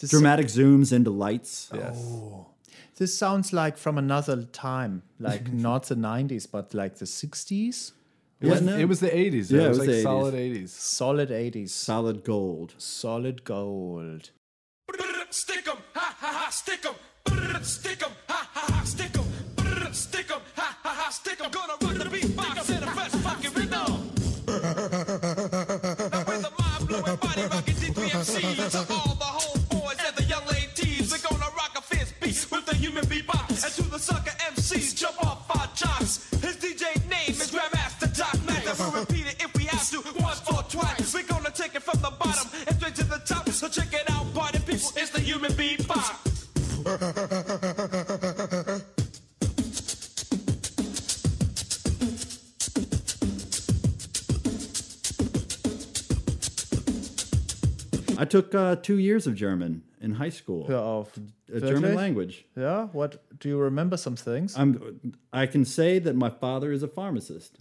S3: This,
S2: dramatic zooms into lights.
S1: Yes.
S2: Oh,
S3: this sounds like from another time, like not the 90s, but like the 60s.
S1: It, was,
S2: Yeah, no.
S1: it was the 80s.
S2: Yeah,
S1: it was,
S2: it was
S1: like
S2: the 80s.
S1: solid 80s.
S3: Solid 80s.
S2: Solid gold.
S3: Solid gold.
S7: Stick 'em, ha ha ha, stick 'em. Brrr, Stick 'em, ha ha ha, stick 'em. Brrr, Stick 'em, ha ha ha, stick 'em. Gonna rock the beatbox in the best fucking rhythm. Now with the mind blowing, body rocking D3MC to all the homeboys and the young ladies, we're gonna rock a fierce beat with the human beatbox. And to the sucker MCs, jump off our jocks. His DJ name is Grandmaster Doc Mac. And we'll repeat it if we have to, once or twice. We're gonna take it from the bottom and straight to the top. So check it out, party people. It's the human beatbox.
S2: I took uh, two years of German in high school.
S3: Hör auf.
S2: A
S3: Wirklich?
S2: German language.
S3: Yeah, what? Do you remember some things?
S2: I'm. I can say that my father is a pharmacist.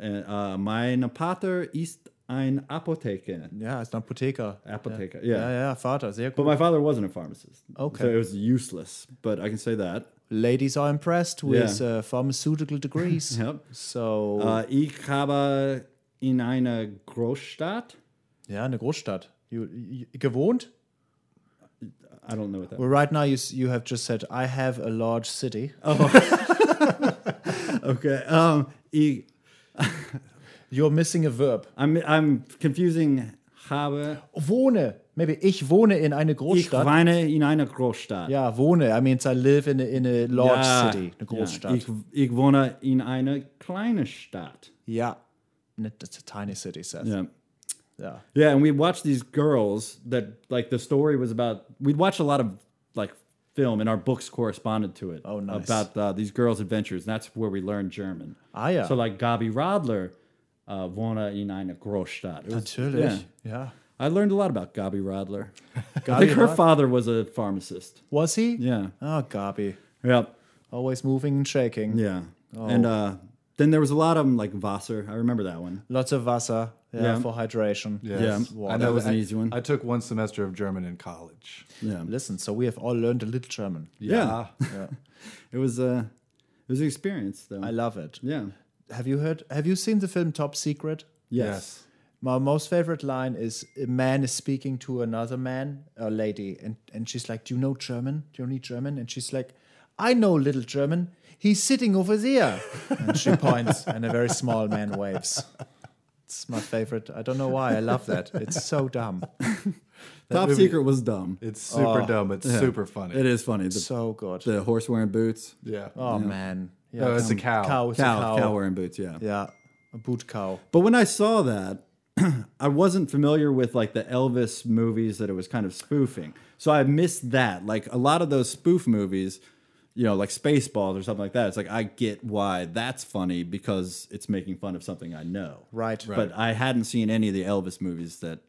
S2: And uh, mein Vater ist ein Apotheker.
S3: yeah, it's an Apotheker.
S2: Apotheker.
S3: Yeah,
S2: Yeah.
S3: yeah, Vater, sehr
S2: But
S3: gut.
S2: my father wasn't a pharmacist.
S3: Okay.
S2: So it was useless. But I can say that.
S3: Ladies are impressed with
S2: Yeah.
S3: uh, pharmaceutical degrees.
S2: Yep.
S3: So,
S2: Uh, ich habe in einer Großstadt.
S3: yeah, eine Großstadt. You, you, gewohnt?
S2: I don't know what that.
S3: Well, right now you s- you have just said I have a large city.
S2: Uh, Okay. Um, ich,
S3: You're missing a verb.
S2: I'm I'm confusing habe.
S3: Wohne. Maybe ich wohne in eine
S2: Ich
S3: Großstadt.
S2: weine in einer Großstadt. Ah,
S3: ja, wohne. I mean, I live in a, in a large city, eine
S2: Ja,
S3: Großstadt.
S2: ich,
S3: Ja,
S2: ich wohne in einer kleinen Stadt.
S3: Nicht- that's a tiny city, Seth.
S2: Yeah.
S3: Yeah.
S2: Yeah, and we watched these girls that like the story was about. We'd watch a lot of like film, and our books corresponded to it.
S3: Oh, nice.
S2: About uh, these girls' adventures, and that's where we learned German.
S3: Ah, ja.
S2: So like Gabi Radler, uh, wohne in einer Großstadt. It was-
S3: Natürlich. Yeah.
S2: I learned a lot about Gabi Radler. I
S3: Gabi
S2: think her
S3: Radler?
S2: father was a pharmacist.
S3: Was he?
S2: Yeah.
S3: Oh, Gabi.
S2: Yep.
S3: Always moving and shaking.
S2: Yeah.
S3: Oh.
S2: And uh, then there was a lot of them like Wasser. I remember that one.
S3: Lots of Wasser yeah,
S2: Yeah.
S3: for hydration.
S2: Yeah.
S3: Water.
S2: That was an
S1: I-
S2: easy one.
S1: I took one semester of German in college.
S2: Yeah.
S3: Listen, so we have all learned a little German.
S2: Yeah. it was uh, it was an experience though.
S3: I love it.
S2: yeah.
S3: Have you heard? Have you seen the film Top Secret?
S2: Yes.
S3: My most favorite line is a man is speaking to another man, a lady, and, and she's like, Do you know German? Do you need German? And she's like, I know little German. He's sitting over there. and she points, and a very small man waves. It's my favorite. I don't know why. I love that. It's so dumb.
S2: Top
S1: movie-
S2: Secret was dumb.
S1: It's super dumb. It's super funny.
S2: It is funny. The,
S3: So good.
S2: the horse wearing boots.
S1: Yeah.
S3: Oh, man. Yeah,
S1: No, it's a cow.
S3: Cow, it's
S2: Cow,
S3: a cow.
S2: cow. wearing boots. Yeah.
S3: Yeah, a boot cow.
S2: But when I saw that, I wasn't familiar with like the Elvis movies that it was kind of spoofing. So I missed that. Like a lot of those spoof movies, you know, like Spaceballs or something like that. It's like I get why that's funny because it's making fun of something I know.
S3: Right.
S2: But I hadn't seen any of the Elvis movies that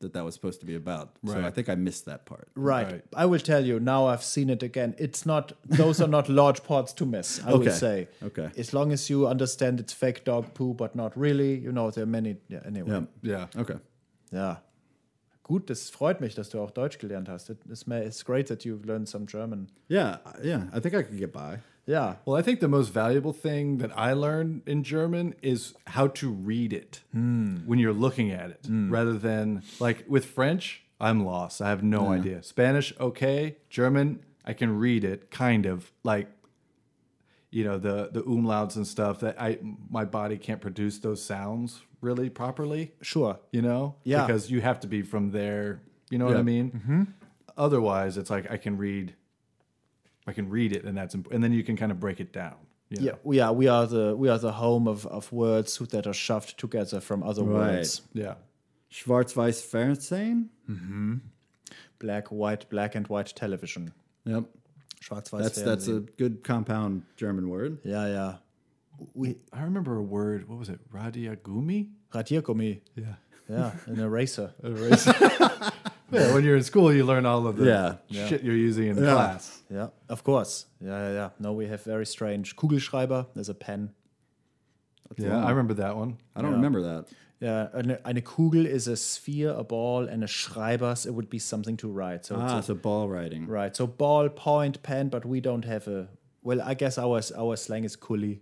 S2: that that was supposed to be about. So I think I missed that part.
S3: Right.
S1: Right.
S3: I will tell you now I've seen it again. It's not those are not large parts to miss, I
S2: Okay.
S3: would say.
S2: Okay.
S3: As long as you understand it's fake dog poo, but not really, you know, there are many yeah, anyway.
S2: Yeah.
S1: yeah.
S2: Okay.
S3: Ja. Gut, das freut mich, dass du auch Deutsch gelernt hast. It, it's, ma- it's great that you've learned some German.
S2: Yeah. uh, Yeah. I think I could get by.
S3: Yeah.
S1: Well, I think the most valuable thing that I learned in German is how to read it when you're looking at it, rather than like with French, I'm lost. I have no idea. Spanish, okay. German, I can read it, kind of like, you know, the the umlauts and stuff that I my body can't produce those sounds really properly.
S3: Sure.
S1: You know,
S3: Yeah.
S1: because you have to be from there. You know what I
S2: Yep.
S1: mean? Otherwise, it's like I can read, I can read it, and that's imp- and then you can kind of break it down. you
S3: Yeah,
S1: know?
S3: we are we are the we are the home of, of words that are shoved together from other
S2: Right.
S3: words.
S1: yeah.
S2: Schwarz-Weiß Fernsehen.
S3: Black, white, black and white television.
S2: Yep.
S3: Schwarz-weiß
S2: That's that's a good compound German word.
S3: Yeah, yeah. We
S1: I remember a word. What was it? Radiagumi.
S3: Radiergummi.
S1: Yeah.
S3: Yeah, an eraser.
S1: Yeah. When you're in school, you learn all of the
S2: Yeah.
S1: shit you're using in class.
S3: Yeah, of course. Yeah, yeah, yeah. No, we have very strange Kugelschreiber. There's a pen.
S1: Yeah, I remember that one.
S2: I don't remember that.
S3: Yeah, eine, eine Kugel is a sphere, a ball, and a Schreiber, so it would be something to write. So
S2: Ah,
S3: it's
S2: so ball riding.
S3: a, right. So ball, point, pen, but we don't have a. Well, I guess our our slang is Kuli,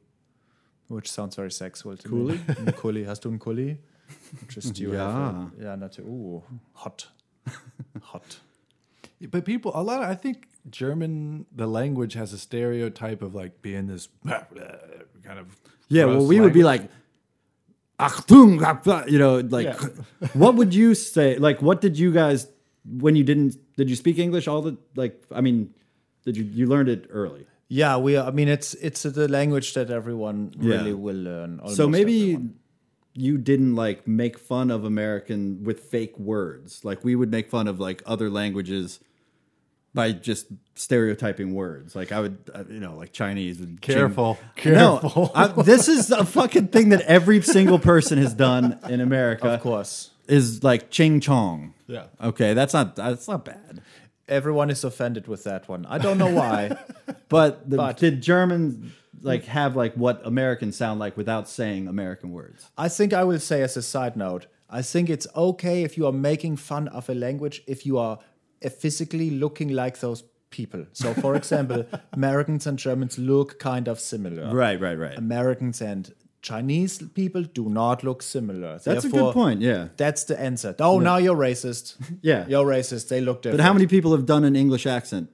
S3: which sounds very sexual to me. Ein Kuli. Hast du einen Kuli? Just you have. A, yeah, not. Ooh, hot, hot.
S1: But people, a lot. Of, I think German, the language has a stereotype of like being this kind of.
S2: Yeah, well,
S1: gross
S2: we would be
S1: language.
S2: like, Achtung, Achtung," you know, like, what would you say? Like, what did you guys when you didn't? Did you speak English all the like? I mean, did you you learned it early?
S3: Yeah, we. Are, I mean, it's it's the language that everyone
S2: Yeah.
S3: really will learn.
S2: so
S3: almost
S2: maybe
S3: everyone.
S2: you didn't like make fun of American with fake words. Like we would make fun of like other languages by just stereotyping words. Like I would, uh, you know, like Chinese. would-
S1: Careful,
S2: Chin-
S1: careful.
S2: No, I- this is a fucking thing that every single person has done in America.
S3: of course.
S2: is like Ching Chong.
S1: Yeah.
S2: Okay, that's not that's not bad.
S3: Everyone is offended with that one. I don't know why.
S2: But, the,
S3: But-
S2: did Germans like have like what Americans sound like without saying American words?
S3: I think I will say as a side note, I think it's okay if you are making fun of a language if you are uh, physically looking like those people. So, for example, Americans and Germans look kind of similar.
S2: Right, right, right.
S3: Americans and Chinese people do not look similar.
S2: That's a
S3: Therefore,
S2: good point. Yeah,
S3: That's the answer. Oh, now you're racist.
S2: Yeah.
S3: You're racist. They look different.
S2: but how many people have done an English accent?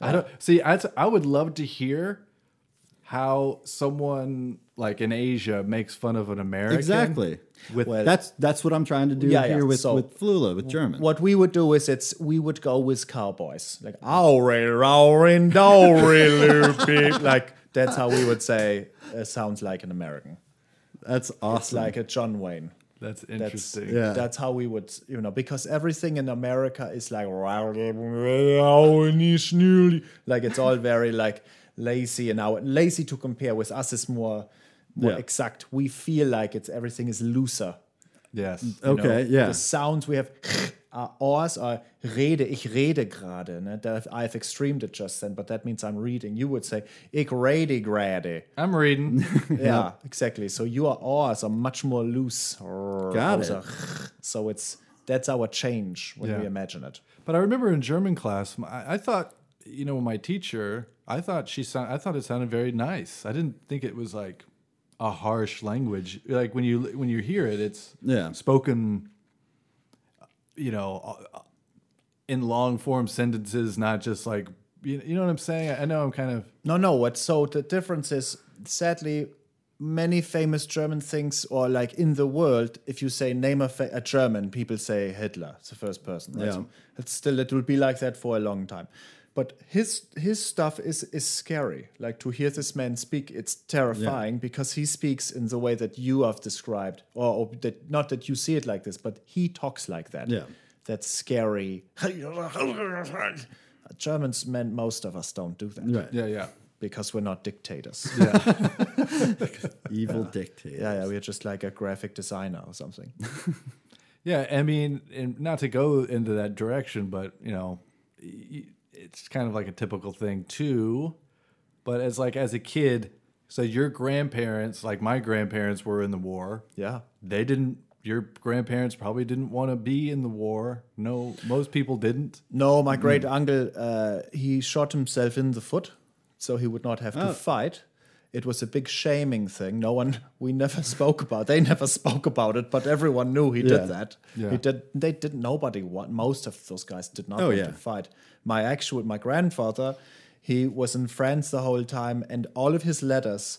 S1: I don't see. I'd, I would love to hear how someone like in Asia makes fun of an American.
S2: Exactly.
S1: With
S3: Well-
S2: That's that's what I'm trying to do
S3: Yeah, yeah,
S2: here with
S3: so-
S2: with Flula with German.
S3: what we would do is it's we would go with cowboys like "Aure, roaring, dory, loopy." like that's how we would say uh, sounds like an American
S2: That's
S3: it's
S2: awesome.
S3: like a John Wayne
S1: That's
S3: That's
S1: interesting.
S2: Yeah.
S3: that's how we would you know because everything in America is like like it's all very like lazy and our lazy to compare with us is more more
S2: Yeah.
S3: exact. We feel like it's everything is looser.
S1: Yes.
S3: you know?
S2: Okay, yeah.
S3: The sounds we have are ors or rede, ich rede gerade. Ne? That I've extremed it just then, but that means I'm reading. You would say ich rede gerade.
S1: I'm reading.
S3: Yeah, exactly. So your R's are much more loose.
S2: Got
S3: Also, So it's that's our change when
S1: Yeah.
S3: we imagine it.
S1: But I remember in German class, m- I, I thought, you know, my teacher, I thought she sound, I thought it sounded very nice. I didn't think it was like a harsh language. Like when you when you hear it, it's
S2: Yeah.
S1: spoken, you know, uh, in long form sentences, not just like you, you know what I'm saying. I, I know I'm kind of
S3: No, no. What? So the difference is, sadly, many famous German things, or like in the world, if you say name a, fa- a German, people say Hitler. It's the first person. Right?
S2: Yeah.
S3: So It's still it will be like that for a long time. But his his stuff is is scary. Like to hear this man speak, it's terrifying because he speaks in the way that you have described, or, or that not that you see it like this, but he talks like that.
S2: Yeah.
S3: That's scary. Germans, men, most of us don't do that
S2: Right.
S1: yeah yeah.
S3: because we're not dictators.
S2: Evil dictator.
S3: yeah, yeah, we're just like a graphic designer or something.
S1: Yeah, I mean, and not to go into that direction, but you know, y- it's kind of like a typical thing too. But as like as a kid, so your grandparents, like my grandparents, were in the war.
S3: Yeah.
S1: They didn't. Your grandparents probably didn't want to be in the war. No, most people didn't.
S3: No,
S2: Mm.
S3: my great uncle, uh, he shot himself in the foot, so he would not have
S2: Oh.
S3: to fight. It was a big shaming thing. No one, we never spoke about. They never spoke about it, but everyone knew he
S2: Yeah.
S3: did that.
S1: Yeah.
S3: He did. They did. Nobody. Want, most of those guys did not
S2: Oh,
S3: want
S2: yeah.
S3: to fight. My actual, my grandfather, he was in France the whole time, and all of his letters,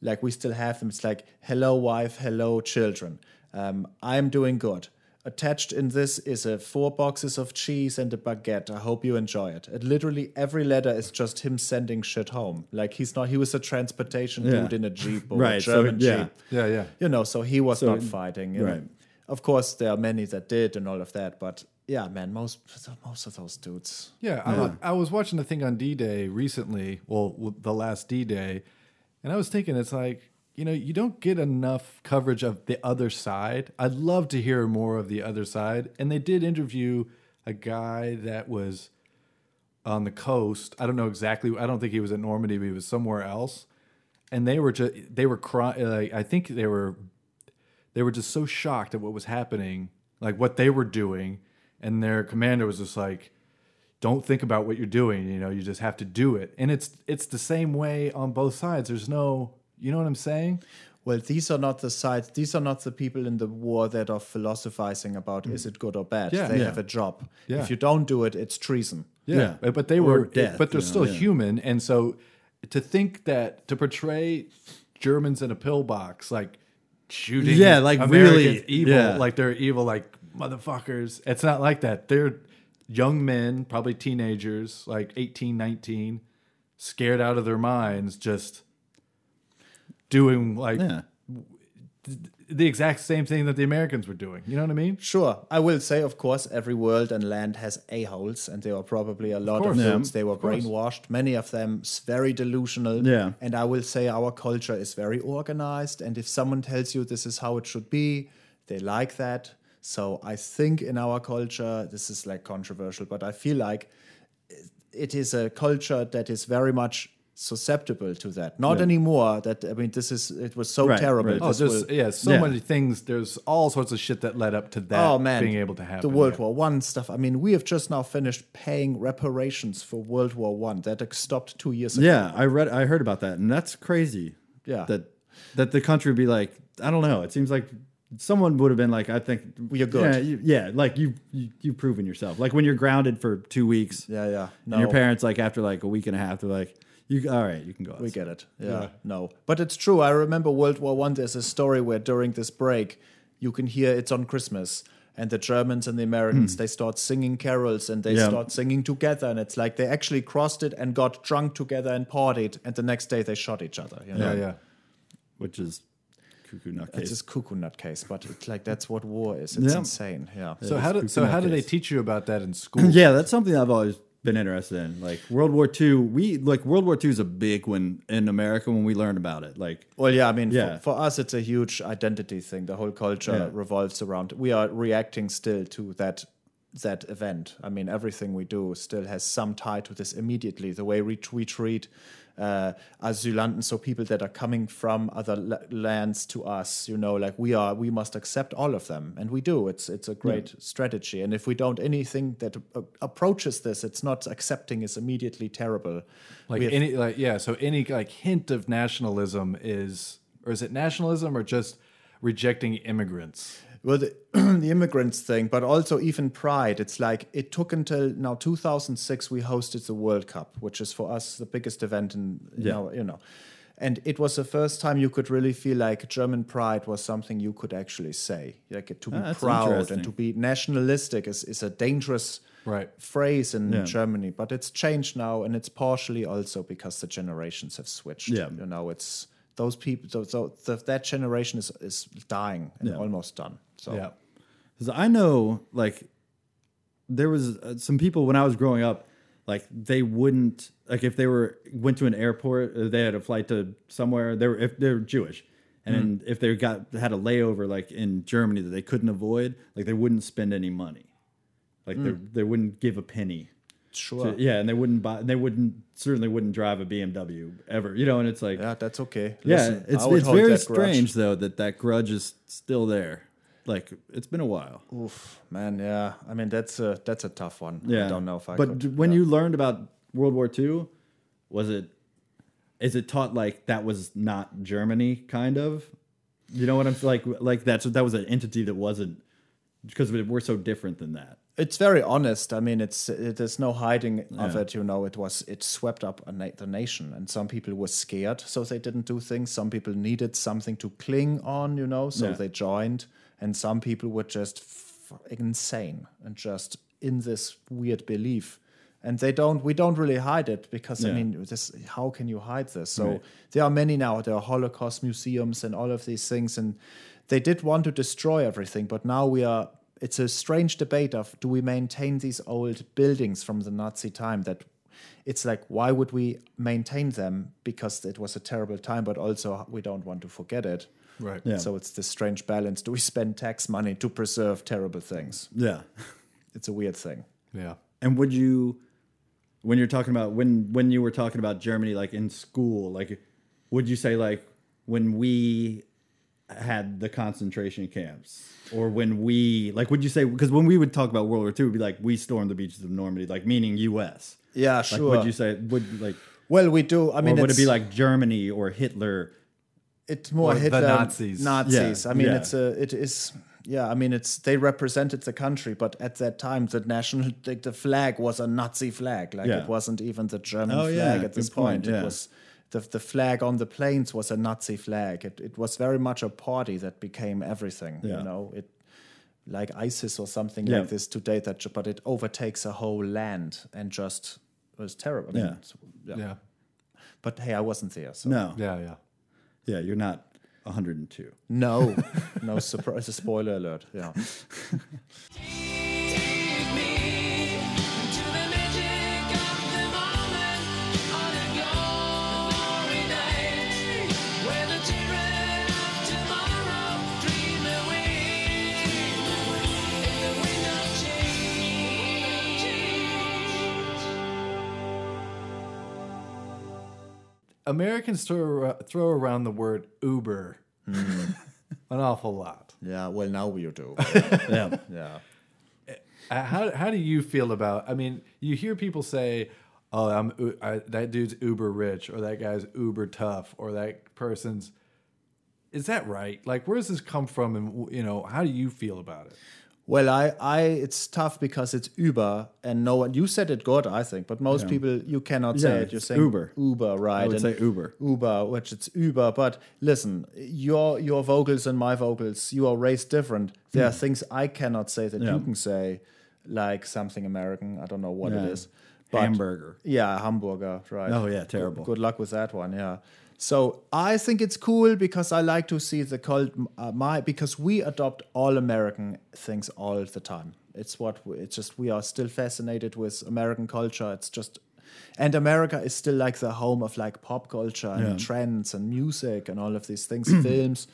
S3: like we still have them. It's like, "Hello, wife. Hello, children. Um, I'm doing good." Attached in this is a four boxes of cheese and a baguette. I hope you enjoy it. it. Literally every letter is just him sending shit home. Like he's not. He was a transportation
S2: Yeah.
S3: dude in a jeep or a
S2: Right, so,
S3: German
S2: yeah.
S3: jeep
S1: Yeah, yeah.
S3: you know, so he was
S2: So-
S3: not fighting. You
S2: right.
S3: know. Of course, there are many that did and all of that, but yeah, man, most most of those dudes.
S1: Yeah, I, wa- I was watching a thing on D Day recently. Well, w- the last D Day, and I was thinking, it's like you know, you don't get enough coverage of the other side. I'd love to hear more of the other side. And they did interview a guy that was on the coast. I don't know exactly. I don't think he was at Normandy, but he was somewhere else. And they were just they were crying. Like, I think they were they were just so shocked at what was happening, like what they were doing. And their commander was just like, don't think about what you're doing, you know, you just have to do it. And it's it's the same way on both sides. There's no you know what I'm saying?
S3: Well, these are not the sides. These are not the people in the war that are philosophizing about is it good or bad.
S1: Yeah.
S3: they
S1: Yeah.
S3: have a job.
S1: Yeah.
S3: If you don't do it, it's treason.
S2: Yeah.
S1: But- But they
S2: Or
S1: were
S2: death,
S1: but they're
S2: you know,
S1: still
S2: yeah.
S1: human. And so to think that to portray Germans in a pillbox, like shooting
S2: Yeah, like,
S1: Americans
S2: really,
S1: evil,
S2: yeah.
S1: like they're evil, like motherfuckers. It's not like that. They're young men, probably teenagers, like 18, 19, scared out of their minds, just doing like
S2: Yeah.
S1: the exact same thing that the Americans were doing. You know what I mean?
S3: Sure, I will say, of course, every world and land has a holes, and there are probably a lot of,
S1: course. Yeah,
S3: dudes. They were brainwashed. Many of them s- very delusional.
S2: Yeah.
S3: and I will say our culture is very organized. And if someone tells you this is how it should be, they like that. So I think in our culture, this is like controversial, but I feel like it is a culture that is very much susceptible to that. Not anymore. That I mean, this is it was so
S2: Right,
S3: terrible.
S2: right.
S1: Oh,
S3: This
S1: there's
S3: will-
S1: yeah, so
S2: yeah.
S1: many things. There's all sorts of shit that led up to that.
S3: oh man,
S1: being able to happen.
S3: the World
S1: yeah.
S3: War One stuff. I mean, we have just now finished paying reparations for World War One that like, stopped two years ago.
S2: Yeah, I read, I heard about that, and that's crazy.
S3: Yeah.
S2: that that the country would be like, I don't know. It seems like someone would have been like, I think
S3: You're good.
S2: Yeah, you, yeah like you, you you've proven yourself. Like when you're grounded for two weeks,
S3: Yeah, yeah. No,
S2: and your parents like after like a week and a half, they're like, you all right, you can go.
S3: we
S2: outside."
S3: get it. Yeah, no, but it's true. I remember World War One. There's a story where during this break, you can hear it's on Christmas. And the Germans and the Americans, they start singing carols and they
S2: Yeah.
S3: start singing together. And it's like they actually crossed it and got drunk together and partied. And the next day they shot each other. You know?
S1: Yeah, yeah.
S2: which is cuckoo nutcase.
S3: It's just cuckoo nutcase, but it's like that's what war is. It's
S2: Yeah.
S3: insane. Yeah.
S1: So how do so
S2: cuckoo
S1: how do they
S2: nutcase.
S1: teach you about that in school?
S2: Yeah, that's something I've always been interested in. Like World War II, we like World War II is a big one in America when we learned about it. Like
S3: Well, yeah, I mean,
S2: Yeah.
S3: For, for us, it's a huge identity thing. The whole culture
S2: Yeah.
S3: revolves around. We are reacting still to that that event. I mean, everything we do still has some tie to this immediately. The way we, we treat uh, asylanten, so people that are coming from other la- lands to us, you know, like we are, we must accept all of them, and we do. It's it's a great strategy, and if we don't, anything that uh, approaches this, it's not accepting is immediately terrible.
S1: Like
S3: We have-
S1: any like yeah, so any like hint of nationalism is or is it nationalism or just rejecting immigrants?
S3: well the, the immigrants thing but also even pride it's like it took until now 2006 we hosted the world cup which is for us the biggest event in you, know, you know and it was the first time you could really feel like german pride was something you could actually say like to be
S2: Ah, that's
S3: proud and
S2: interesting.
S3: to be nationalistic is, is a dangerous
S1: Right.
S3: phrase in germany but it's changed now and it's partially also because the generations have switched
S2: Yeah.
S3: you know it's those people so, so the, that generation is is dying and
S2: Yeah.
S3: almost done so
S1: Yeah.
S2: Because I know, like, there was uh, some people when I was growing up, like they wouldn't like if they were went to an airport, uh, they had a flight to somewhere. They were if they were Jewish, and if they got had a layover like in Germany that they couldn't avoid, like they wouldn't spend any money, like they they wouldn't give a penny.
S3: Sure.
S2: yeah, and they wouldn't buy. They wouldn't certainly wouldn't drive a BMW ever. You know, and it's like
S3: Yeah, that's okay.
S2: yeah,
S3: Listen,
S2: it's
S3: I would
S2: it's
S3: hold
S2: very
S3: that grudge.
S2: strange though that that grudge is still there. Like it's been a while.
S3: Oof, man. Yeah, I mean that's a that's a tough one.
S2: Yeah,
S3: I don't know if I.
S2: But
S3: could.
S2: d- when you learned about World War II, was it is it taught like that was not Germany? Kind of, you know what I'm like like that's that was an entity that wasn't because we- we're so different than that.
S3: it's very honest. I mean, it's it, there's no hiding of it. You know, it was it swept up a na- the nation, and some people were scared, so they didn't do things. Some people needed something to cling on, you know, so
S2: Yeah.
S3: they joined, and some people were just f- insane and just in this weird belief. And they don't. We don't really hide it because I
S2: Yeah.
S3: mean, this. How can you hide this? So there are many now. There are Holocaust museums and all of these things, and they did want to destroy everything, but now we are it's a strange debate of do we maintain these old buildings from the Nazi time that it's like why would we maintain them because it was a terrible time but also we don't want to forget it
S1: Right.
S3: so it's this strange balance do we spend tax money to preserve terrible things
S2: Yeah,
S3: it's a weird thing
S1: Yeah.
S2: and would you when you're talking about when when you were talking about Germany like in school like would you say like when we had the concentration camps or when we like would you say because when we would talk about World War II, it'd be like we stormed the beaches of Normandy like meaning US
S3: Yeah,
S2: like,
S3: sure.
S2: would you say would like
S3: well we do i mean
S2: or would it
S3: it's-
S2: be like Germany or Hitler
S3: it's more
S1: Or the
S3: Hitler
S1: Nazis.
S3: Nazis.
S2: Yeah,
S3: I mean,
S2: yeah.
S3: it's a it is yeah. I mean, it's they represented the country, but at that time, the national like, the flag was a Nazi flag. Like
S2: Yeah.
S3: it wasn't even the German
S2: Oh, yeah,
S3: flag at this
S2: good point,
S3: point. It
S2: yeah.
S3: was the the flag on the planes was a Nazi flag. It it was very much a party that became everything.
S2: Yeah.
S3: You know it. Like ISIS or something
S2: Yeah.
S3: like this today, that but it overtakes a whole land and just it was terrible. I mean,
S2: Yeah.
S3: it's- yeah.
S1: Yeah.
S3: But hey, I wasn't there, so
S2: no yeah,
S1: Yeah. Yeah.
S2: you're not 102
S3: no, no surprise. A spoiler alert. Yeah.
S8: Take me to the magic of the moment on a glory night, where the children of tomorrow dream away in the wind of change.
S1: Americans throw throw around the word Uber an awful lot.
S3: Hmm. Yeah, well, now we do.
S2: yeah
S3: yeah.
S1: Uh, How how do you feel about? I mean, you hear people say, "Oh, I'm u- I, that dude's uber rich," or "That guy's uber tough," or "That person's." Is that right? Like, where does this come from? And you know, how do you feel about it?
S3: Well, I, I, it's tough because it's Uber and no one, you said it good, I think, but most people, you cannot say
S2: Yeah,
S3: it. You're
S2: it's
S3: saying
S2: Uber.
S3: Uber, right?
S2: I would
S3: and
S2: say Uber.
S3: Uber, which it's Uber. But listen, your, your vocals and my vocals, you are raised different. There are things I cannot say that
S2: Hmm. Yeah.
S3: you can say, like something American. I don't know what
S2: Yeah.
S3: it is.
S2: hamburger
S3: Yeah, hamburger, right.
S2: Oh, yeah,
S3: Good-
S2: terrible.
S3: Good, luck with that one, yeah. So I think it's cool because I like to see the cult. Uh, my because we adopt all American things all the time. It's what we- it's just we are still fascinated with American culture. It's just and America is still like the home of like pop culture and trends and music and all of these things, films.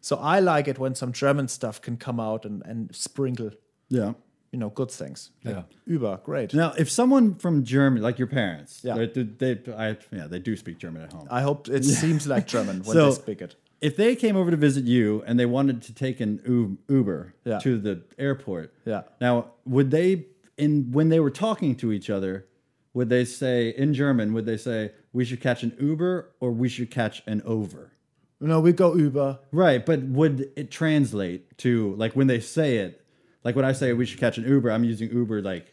S3: So I like it when some German stuff can come out and, and sprinkle,
S2: Yeah.
S3: you know, good things.
S1: Yeah.
S3: Uber, great.
S2: Now, if someone from Germany, like your parents,
S3: Yeah.
S2: yeah, they, they- I, yeah, they do speak German at home.
S3: I hope it seems like German when
S2: So-
S3: they speak it.
S2: if they came over to visit you and they wanted to take an U- Uber
S3: Yeah.
S2: to the airport,
S3: Yeah.
S2: Now, would they in when they were talking to each other, would they say in German? Would they say we should catch an Uber or we should catch an over?
S3: No, we go Uber.
S2: Right, but would it translate to like when they say it? Like when I say we should catch an Uber, I'm using Uber like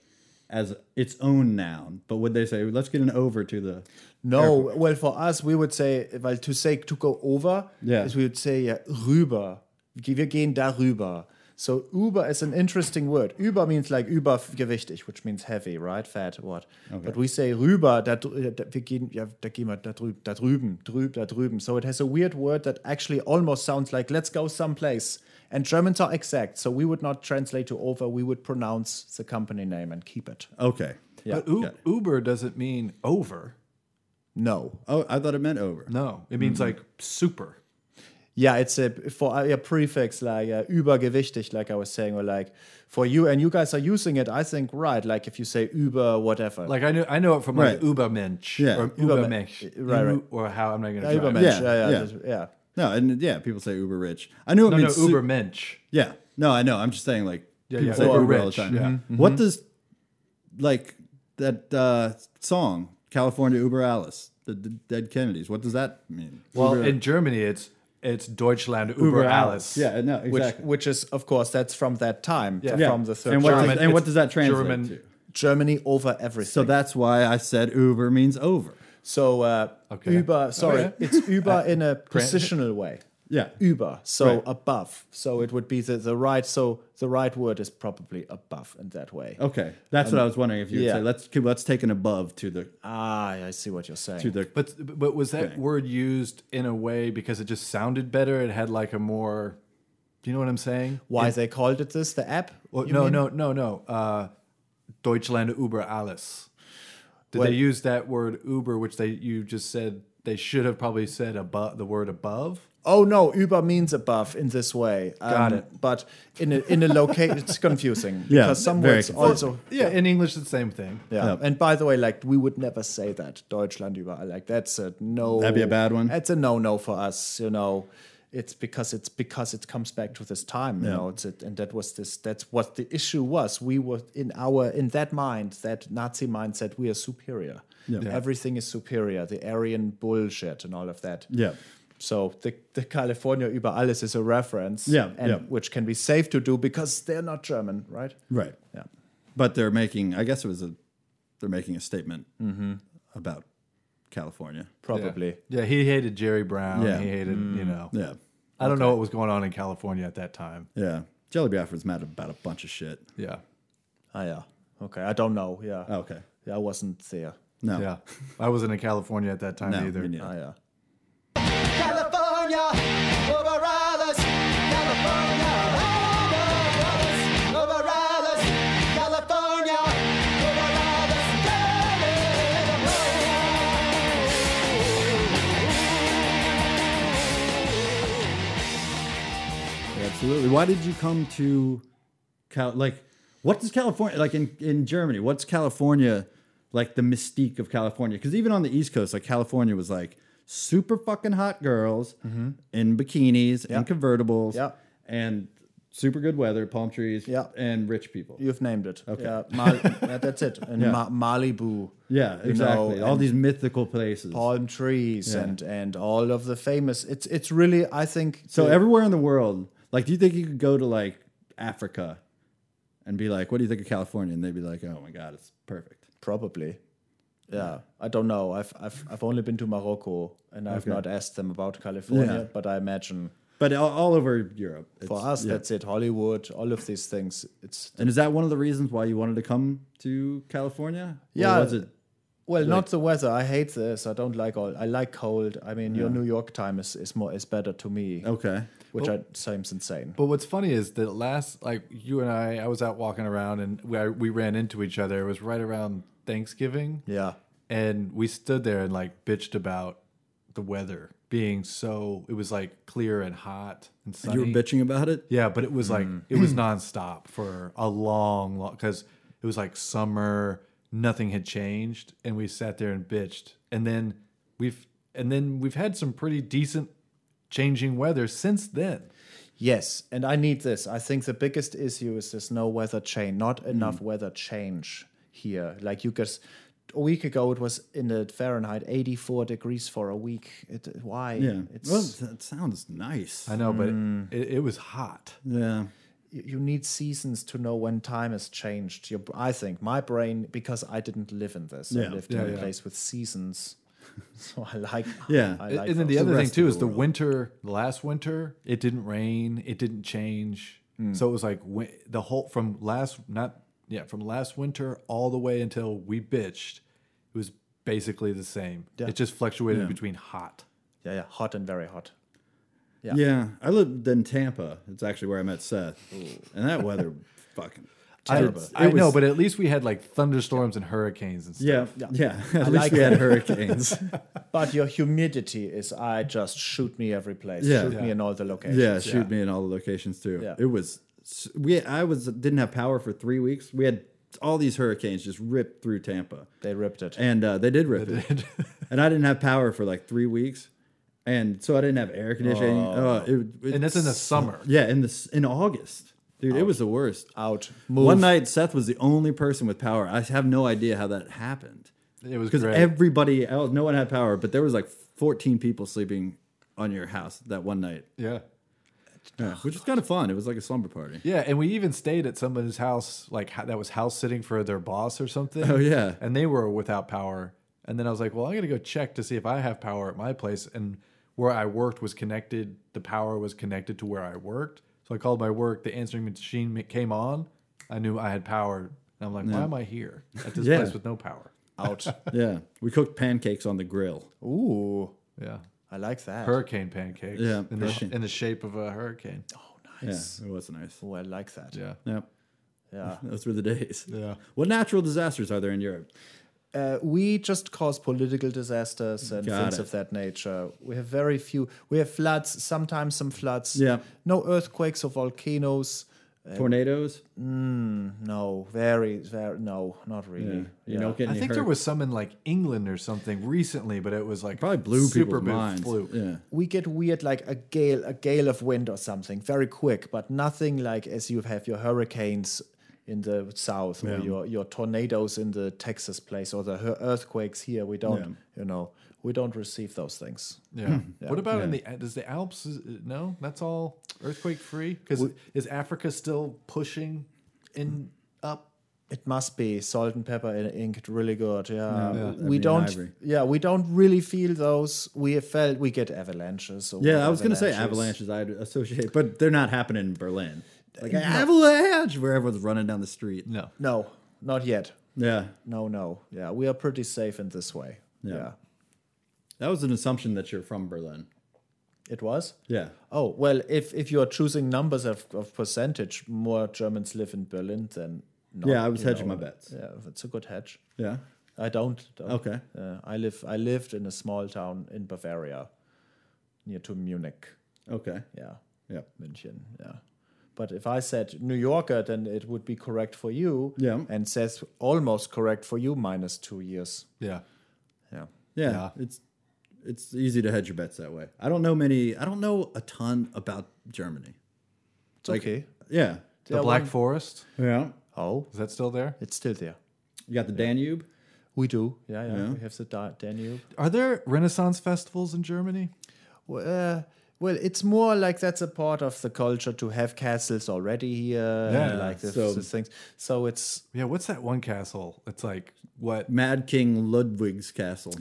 S2: as its own noun. But would they say let's get an over to the?
S3: No, well, for us, we would say, well, to say to go over,
S2: Yeah.
S3: is we would say yeah, rüber. Wir gehen darüber. So Uber is an interesting word. Uber means like übergewichtig, which means heavy, right? Fat, what? But we say rüber, da, drü- da, wir gehen, ja, da gehen wir da drüben, da drüben, drüb, da drüben. So it has a weird word that actually almost sounds like let's go someplace. And Germans are exact, so we would not translate to over. We would pronounce the company name and keep it.
S2: Okay.
S1: But U- Uber doesn't mean over.
S3: No,
S2: Oh, I thought it meant over.
S1: No, it means
S3: Mm-hmm.
S1: like super.
S3: Yeah, it's a for a prefix like uh, übergewichtig, like I was saying, or like for you and you guys are using it. I think right, like if you say über whatever,
S1: Like I know, I know it from like
S2: Right.
S1: Ubermensch
S2: Yeah.
S1: or Ubermensch,
S3: Right, right.
S1: Or how I'm not going to
S3: yeah,
S1: try.
S3: Übermensch,
S1: it.
S3: yeah,
S2: Yeah,
S3: yeah,
S2: yeah.
S3: just- yeah.
S2: No, and yeah, people say Uber rich. I knew it
S1: No, no,
S2: means su-
S1: Ubermensch.
S2: Yeah, no, I know. I'm just saying, like
S1: Yeah,
S2: people
S1: yeah,
S2: say
S1: or
S2: Uber all the
S1: rich, Mm-hmm,
S2: time.
S1: yeah.
S2: What does like that uh, song California Uber Alice, the, the Dead Kennedys? What does that mean?
S1: Well, in Germany, it's it's Deutschland Uber, Alice.
S2: Yeah, no,
S3: Which,
S2: exactly.
S3: which is of course that's from that time,
S1: Yeah.
S2: yeah.
S3: from the third
S2: and what,
S1: German-
S2: does, and what
S1: it's
S2: does that translate
S1: German-
S2: to?
S3: Germany over everything.
S2: So that's why I said Uber means over.
S3: so uh,
S1: Okay.
S3: über. Sorry,
S1: Okay.
S3: it's über in a positional way.
S2: Yeah.
S3: Über, so
S2: Right.
S3: above. So it would be the, the right. So the right word is probably above in that way.
S2: Okay, that's
S1: Um,
S2: what I was wondering if you
S3: yeah.
S2: would say let's keep- let's take an above to the
S3: Ah, I see what you're saying.
S2: to the
S1: But but was that word used in a way because it just sounded better? It had like a more, do you know what I'm saying?
S3: Why they called it this? The app?
S1: Well,
S3: you
S1: no,
S3: mean?
S1: no, no, no, uh, Deutschland Uber Alice. Did
S3: Well-
S1: they use that word Uber, which they you just said they should have probably said above the word above?
S3: Oh no, Uber means above in this way. Um,
S1: Got it.
S3: But in a, in a location, it's confusing.
S2: Yeah,
S3: because some
S2: very
S3: words
S2: confusing.
S3: also.
S1: Yeah, in English, it's the same thing.
S3: Yeah. and by the way, like we would never say that Deutschland über like that's a no.
S2: That'd be a bad one.
S3: That's a no no for us, you know. It's because it's because it comes back to this time, you know. It's it, and that was this. That's what the issue was. We were in our in that mind, that Nazi mindset. We are superior. Everything is superior. The Aryan bullshit and all of that.
S2: yeah.
S3: So the, the California über alles is a reference,
S2: Yeah,
S3: and
S2: yeah.
S3: which can be safe to do because they're not German, right?
S2: Right.
S3: Yeah.
S2: But they're making, I guess it was a, they're making a statement
S1: Mm-hmm.
S2: about California.
S3: Probably.
S1: Yeah, he hated Jerry Brown.
S2: Yeah.
S1: He hated, you know.
S2: Yeah.
S1: I don't know what was going on in California at that time.
S2: Yeah. Jelly Biafra's mad about a bunch of shit. Oh,
S1: Yeah.
S3: Ah, yeah. Okay, I don't know. Yeah.
S2: Okay.
S3: Yeah, I wasn't there.
S2: No.
S1: Yeah. I wasn't in California at that time
S2: No,
S1: either.
S2: me neither.
S3: Ah, yeah.
S7: California, over others. California, over others. Over others. California, over others. California.
S2: Absolutely. Why did you come to Cal? Like, what does California like in in Germany? What's California like? The mystique of California, because even on the East Coast, like California was like super fucking hot girls in bikinis and convertibles,
S3: Mm-hmm. Yeah.
S2: and super good weather, palm trees,
S3: Yeah.
S2: and rich people.
S3: You've named it. Okay. Yeah, Mal- yeah, that's it. And
S2: Yeah.
S3: Ma- Malibu.
S2: yeah,
S3: you
S2: exactly.
S3: know,
S2: All
S3: and
S2: these mythical places.
S3: palm trees
S2: Yeah.
S3: and and all of the famous. It's it's really I think
S2: So
S3: the-
S2: everywhere in the world, like, do you think you could go to like Africa and be like, "What do you think of California?" And they'd be like, "Oh my god, it's perfect."
S3: probably. Yeah, I don't know. I've I've I've only been to Morocco and I've not asked them about California,
S2: Yeah.
S3: but I imagine
S2: But all, all over Europe. it's-
S3: for us
S2: yeah.
S3: that's it hollywood all of these things it's
S2: and is that one of the reasons why you wanted to come to California? Or
S3: Yeah.
S2: was it
S3: Well, not the weather. I hate this. I don't like all. I like cold. I mean, your New York time is, is more is better to me.
S2: Okay.
S3: Which I seems insane.
S1: But what's funny is that last, like you and I, I was out walking around and we, I, we ran into each other. It was right around Thanksgiving.
S3: Yeah.
S1: And we stood there and like bitched about the weather being so, it was like clear and hot and sunny.
S2: You were bitching about it?
S1: Yeah, but it was like it was nonstop for a long, long because it was like summer, nothing had changed, and we sat there and bitched, and then we've and then we've had some pretty decent changing weather since then.
S3: Yes, and I need this. I think the biggest issue is there's no weather change, not
S1: Hmm.
S3: enough weather change here. Like you guys, a week ago it was in the Fahrenheit 84 degrees for a week. It, why?
S2: Yeah.
S3: It's
S2: well, that sounds nice.
S1: I know, but it, it was hot.
S2: yeah.
S3: you you need seasons to know when time has changed. Your, I think my brain because I didn't live in this. I
S2: Yeah.
S3: lived
S1: Yeah,
S3: in a
S1: yeah.
S3: place with seasons, so I like.
S2: Yeah.
S3: I
S1: And-
S3: like
S1: and then
S3: those.
S1: the other thing
S3: rest
S1: too
S3: of
S1: is the
S3: world.
S1: winter. The last winter, it didn't rain, it didn't change, so it was like wi- the whole from last not yeah from last winter all the way until we bitched, it was basically the same. It just fluctuated between hot.
S3: Yeah, yeah, hot and very hot.
S2: yeah. I lived in Tampa. It's actually where I met Seth. And that weather fucking terrible.
S1: I know, but at least we had like thunderstorms and hurricanes and stuff.
S2: yeah, yeah. At least
S3: like
S2: we
S3: that.
S2: had hurricanes.
S3: But your humidity is I just shoot me every place.
S2: Yeah.
S3: shoot me
S1: Yeah.
S3: in all the locations.
S2: yeah, shoot me in all the locations too.
S3: Yeah.
S2: It was s- we. I was didn't have power for three weeks. We had all these hurricanes just ripped through Tampa.
S3: They ripped it.
S2: and uh, they did rip it. and I didn't have power for like three weeks, and so I didn't have air conditioning. Oh, it, it-
S1: and that's in the summer.
S2: yeah, in the s- in August, dude, it was the worst.
S3: Out. Move.
S2: One night, Seth was the only person with power. I have no idea how that happened
S1: It was
S2: because
S1: great.
S2: everybody else, no one had power, but there was like fourteen people sleeping on your house that one night,
S1: yeah,
S2: yeah, which was kind of fun. It was like a slumber party.
S1: yeah, and we even stayed at somebody's house, like ho- that was house sitting for their boss or something.
S2: Oh, yeah.
S1: and they were without power. And then I was like, well, I'm gonna go check to see if I have power at my place. And where I worked was connected. The power was connected to where I worked. So I called my work. The answering machine ma- came on. I knew I had power. And I'm like, why am I here at this
S2: Yeah.
S1: place with no power?
S3: out.
S2: Yeah, we cooked pancakes on the grill.
S3: Ooh,
S1: Yeah,
S3: I like that.
S1: hurricane pancakes.
S2: Yeah,
S1: in the, sh-
S2: hurricane.
S1: in the shape of a hurricane.
S2: Yeah, it was nice.
S3: Ooh, I like that.
S1: Yeah.
S2: Yep.
S3: Yeah.
S2: Those were the days.
S1: Yeah.
S2: What natural disasters are there in Europe?
S3: Uh, we just cause political disasters and
S2: Got
S3: things
S2: it.
S3: of that nature. We have very few. We have floods, sometimes some floods.
S2: Yeah.
S3: No earthquakes or volcanoes.
S1: Uh,
S2: Tornadoes?
S1: mm,
S3: No, very, very, no, not really.
S2: You don't get
S1: I
S2: any
S1: think there
S2: hurt-
S1: was some in like England or something recently, but it was like
S2: probably blew
S1: super
S2: people's
S1: big
S2: minds.
S1: fluke.
S2: Yeah.
S3: We get weird, like a gale, a gale of wind or something, very quick, but nothing like as you have your hurricanes in the south or your, your tornadoes in the Texas place or the hur- earthquakes here. We don't, you know, we don't receive those things.
S1: Hmm. Yeah. What about in the uh, does the Alps? is- uh, No, that's all earthquake free. Because is Africa still pushing in up?
S3: It must be salt and pepper and inked really good. Yeah, we
S2: mean,
S3: don't.
S2: ivory.
S3: Yeah, we don't really feel those. We have felt we get avalanches. Or
S2: Yeah, I was going to say
S3: avalanches.
S2: avalanches I'd associate, but they're not happening in Berlin. Like an avalanche where everyone's running down the street.
S1: No.
S3: No, not yet.
S2: Yeah.
S3: No, no. Yeah, we are pretty safe in this way. Yeah,
S2: That was an assumption that you're from Berlin.
S3: it was.
S2: Yeah.
S3: Oh well, if if you are choosing numbers of, of percentage, more Germans live in Berlin than. Not,
S2: Yeah, I was
S3: you
S2: hedging
S3: know.
S2: my bets.
S3: Yeah, it's a good hedge.
S2: Yeah.
S3: I don't. don't.
S2: Okay.
S3: Uh, I live. I lived in a small town in Bavaria, near to Munich.
S2: Okay.
S3: Yeah.
S2: Yeah.
S3: München. Yeah. But if I said New Yorker, then it would be correct for you.
S2: Yeah.
S3: And says almost correct for you minus two years.
S1: Yeah.
S3: Yeah.
S2: Yeah.
S1: Yeah.
S2: It's it's easy to hedge your bets that way. I don't know many I don't know a ton about Germany.
S3: It's okay.
S2: Yeah.
S1: The
S3: Yeah,
S1: Black
S3: one-
S1: Forest
S2: Yeah.
S3: Oh,
S1: is that still there?
S3: it's still there.
S2: You got the Danube?
S3: We do. Yeah, yeah. We have the Da- Danube.
S1: Are there Renaissance festivals in Germany?
S3: Well, uh, well, it's more like that's a part of the culture to have castles already here. Yeah.
S1: Yeah,
S3: Like this,
S2: so-
S3: this things. So it's
S1: Yeah. What's that one castle? It's like what?
S2: Mad King Ludwig's castle.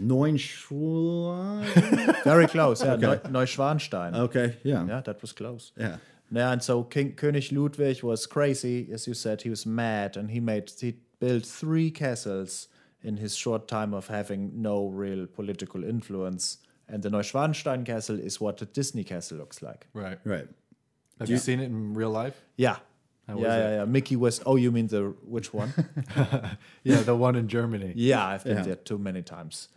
S2: Neuschwan.
S3: very close. Yeah. Neu- Neuschwanstein.
S2: Okay, yeah.
S3: Yeah, that was close.
S2: Yeah.
S3: Yeah, and so King König Ludwig was crazy, as you said, he was mad, and he made he built three castles in his short time of having no real political influence. And the Neuschwanstein Castle is what the Disney Castle looks like.
S1: Right.
S2: Right.
S1: Have you seen it in real life?
S3: Yeah.
S1: was
S3: yeah,
S1: it?
S3: yeah, yeah. Mickey West. Oh, you mean the which one?
S1: Yeah, the one in Germany.
S3: yeah, I've been
S2: Yeah.
S3: there too many times.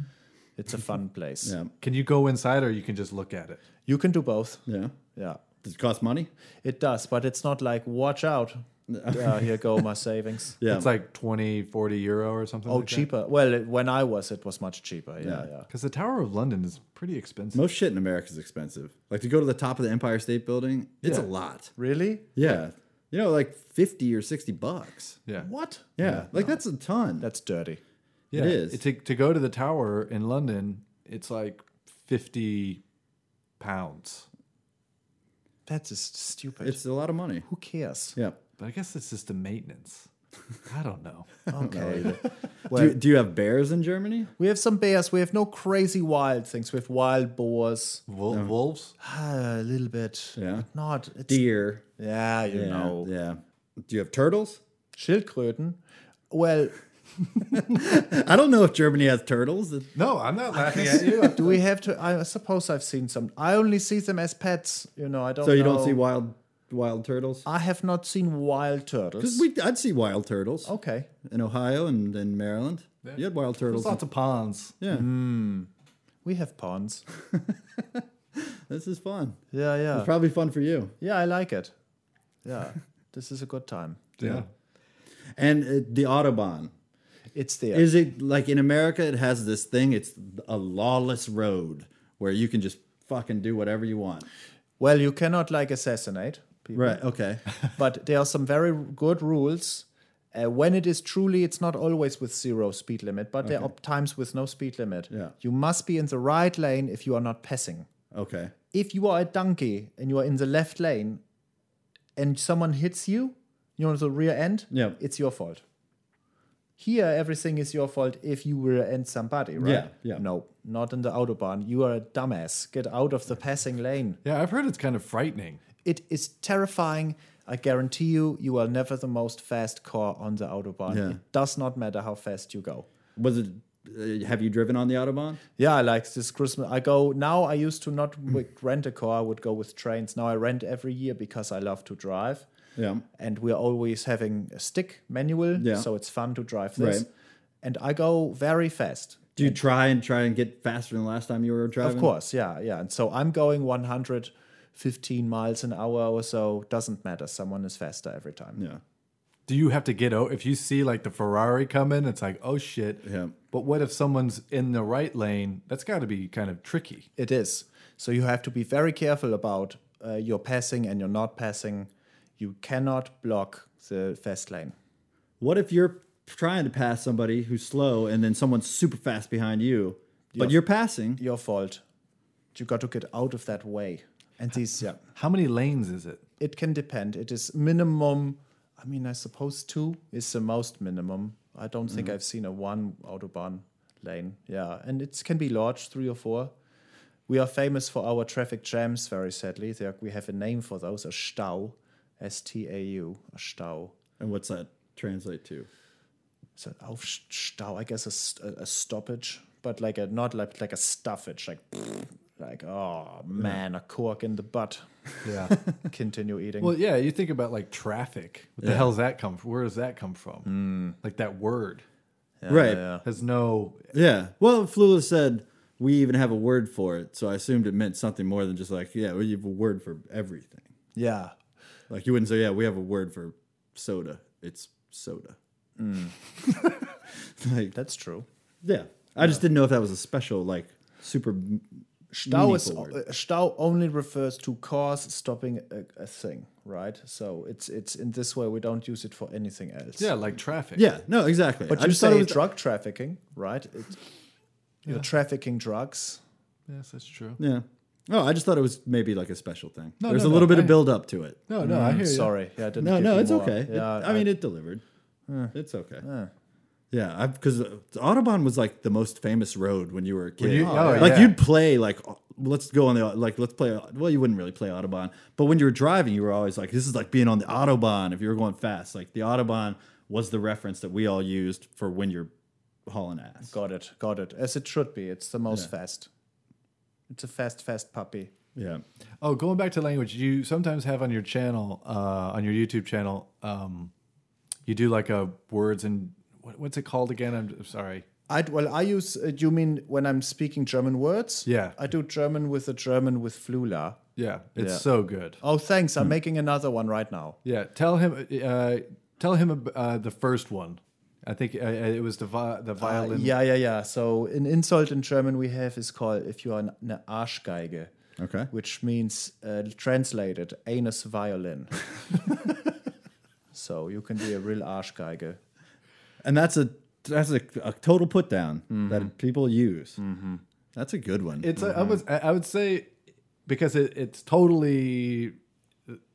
S3: It's a fun place.
S2: Yeah.
S1: Can you go inside or you can just look at it?
S3: You can do both.
S2: Yeah.
S3: Yeah.
S2: Does it cost money?
S3: It does, but it's not like watch out. uh, here go my savings.
S2: Yeah.
S1: It's like 20, 40 euro or something.
S3: Oh, cheaper. Well, it, when I was, it was much cheaper. Yeah, yeah.
S2: Yeah.
S1: Because the Tower of London is pretty expensive.
S2: most shit in America is expensive. Like to go to the top of the Empire State Building, it's
S1: Yeah.
S2: a lot.
S3: Really?
S2: Yeah. You know, like 50 or 60 bucks.
S1: Yeah.
S3: What?
S2: Yeah. Like that's a ton.
S3: That's dirty.
S1: Yeah.
S2: is.
S1: To, to go to the Tower in London, it's like 50 pounds.
S3: That's just stupid.
S2: it's a lot of money.
S3: Who cares?
S2: Yeah.
S1: But I guess it's just the maintenance. I don't know.
S3: Okay.
S2: Do you, do you have bears in Germany?
S3: we have some bears. We have no crazy wild things. We have wild boars.
S1: Wol- Wolves?
S3: Ah, a little bit.
S2: Yeah.
S3: But not. It's,
S2: Deer.
S3: Yeah, you
S2: Yeah.
S3: know.
S2: Yeah. Do you have turtles?
S3: Schildkröten. Well,
S2: I don't know if Germany has turtles.
S1: No, I'm not laughing at you.
S3: do we have to? I suppose I've seen some. I only see them as pets. You know, I don't
S2: So you don't
S3: know. Uh,
S2: see wild wild turtles?
S3: I have not seen wild turtles.
S2: Because we, I'd see wild turtles
S3: okay.
S2: in Ohio and in Maryland. You had wild turtles.
S1: There's lots of ponds.
S2: yeah,
S3: We have ponds.
S2: this is fun.
S3: Yeah, yeah.
S2: It's probably fun for you.
S3: yeah, I like it. Yeah. this is a good time.
S1: Yeah.
S2: And uh, the Autobahn.
S3: It's there.
S2: Is it like in America? It has this thing. It's a lawless road where you can just fucking do whatever you want.
S3: well, you cannot like assassinate people,
S2: Right. Okay.
S3: but there are some very good rules. Uh, when it is truly, it's not always with zero speed limit, but there are times with no speed limit.
S2: Yeah.
S3: You must be in the right lane if you are not passing.
S2: Okay.
S3: If you are a donkey and you are in the left lane and someone hits you, you're on the rear end,
S2: Yeah.
S3: it's your fault. Here, everything is your fault if you rear end somebody, right?
S2: Yeah, yeah.
S3: No, not in the Autobahn. You are a dumbass. Get out of the passing lane.
S1: Yeah, I've heard it's kind of frightening.
S3: It is terrifying. I guarantee you, you are never the most fast car on the Autobahn.
S2: Yeah.
S3: It does not matter how fast you go.
S2: Was it? Uh, have you driven on the autobahn?
S3: Yeah, I like this Christmas. I go now. I used to not w- rent a car, I would go with trains. Now I rent every year because I love to drive.
S2: Yeah.
S3: And we're always having a stick manual.
S2: Yeah.
S3: So it's fun to drive this.
S2: Right.
S3: And I go very fast.
S2: Do you try and try and get faster than the last time you were driving?
S3: Of course, yeah, yeah. And so I'm going 115 miles an hour or so. Doesn't matter. Someone is faster every time.
S2: Yeah.
S1: Do you have to get out? If you see like the Ferrari coming, it's like, oh shit.
S2: Yeah.
S1: But what if someone's in the right lane? That's got to be kind of tricky.
S3: It is. So you have to be very careful about uh, your passing and your not passing. You cannot block the fast lane.
S2: What if you're trying to pass somebody who's slow and then someone's super fast behind you, but you're passing?
S3: Your fault. You got to get out of that way. And these, yeah,
S1: How many lanes is it?
S3: it can depend. It is minimum. I mean, I suppose two is the most minimum. I don't think I've seen a one autobahn lane. Yeah, and it can be large, three or four. We are famous for our traffic jams. Very sadly, there, we have a name for those: a Stau, S T A U, a Stau.
S2: And what's that translate to?
S3: It's an Aufstau, I guess a, st- a, a stoppage, but like a not like like a stuffage, like like oh man, a cork in the butt.
S1: Yeah.
S3: Continue eating.
S1: well, yeah, you think about like traffic. What the hell's that come from? Where does that come from? Like that word
S2: right.
S1: has no.
S2: Yeah. Well, Flula said we even have a word for it, so I assumed it meant something more than just like, yeah, we have a word for everything.
S3: yeah,
S2: Like you wouldn't say, yeah, we have a word for soda. It's soda. like
S3: that's true.
S2: yeah, I just didn't know if that was a special like super
S3: Stau is
S2: meaningful word.
S3: uh, Stau only refers to cars stopping a, a thing, right? So it's it's in this way we don't use it for anything else.
S1: Yeah, like traffic.
S2: Yeah. No, exactly.
S3: but
S2: I
S3: you
S2: just thought it
S3: say
S2: was
S3: drug trafficking, right? It's, You're trafficking drugs.
S1: Yes, that's true.
S2: Yeah. Oh, I just thought it was maybe like a special thing.
S1: No,
S2: There's
S1: no,
S2: a little
S1: no,
S2: bit
S1: I-
S2: of build up to it.
S1: No, no, I hear you.
S3: Mm, Sorry, yeah, I didn't.
S2: No,
S3: give
S2: no,
S3: you
S2: it's
S3: more.
S2: okay. It-
S3: Yeah,
S2: I mean, it delivered. it's okay. yeah, because the Autobahn was like the most famous road when you were a kid.
S1: you- oh,
S2: like
S1: yeah.
S2: you'd play like uh, let's go on the like let's play. Well, you wouldn't really play Autobahn, but when you were driving, you were always like, this is like being on the Autobahn if you were going fast. Like the Autobahn was the reference that we all used for when you're hauling ass.
S3: Got it. Got it. As it should be. It's the most fast. It's a fast, fast puppy.
S2: Yeah.
S1: Oh, going back to language, you sometimes have on your channel, uh, on your YouTube channel, um, you do like a words and what, what's it called again? I'm, I'm sorry.
S3: I well, I use. Uh, you mean when I'm speaking German words?
S1: Yeah.
S3: I do German with a German with Flula.
S1: Yeah, it's so good.
S3: Oh, thanks.
S1: Hmm.
S3: I'm making another one right now.
S1: Yeah, tell him, uh, tell him ab- uh, the first one. I think uh, it was the vi- the
S3: Uh,
S1: violin.
S3: yeah, yeah, yeah. So an insult in German we have is called if you are an, an Arschgeige.
S2: Okay.
S3: Which means uh, translated anus violin. so you can be a real Arschgeige.
S2: And that's a that's a, a total put down that people use. That's a good one.
S1: It's I was I I would say because it, it's totally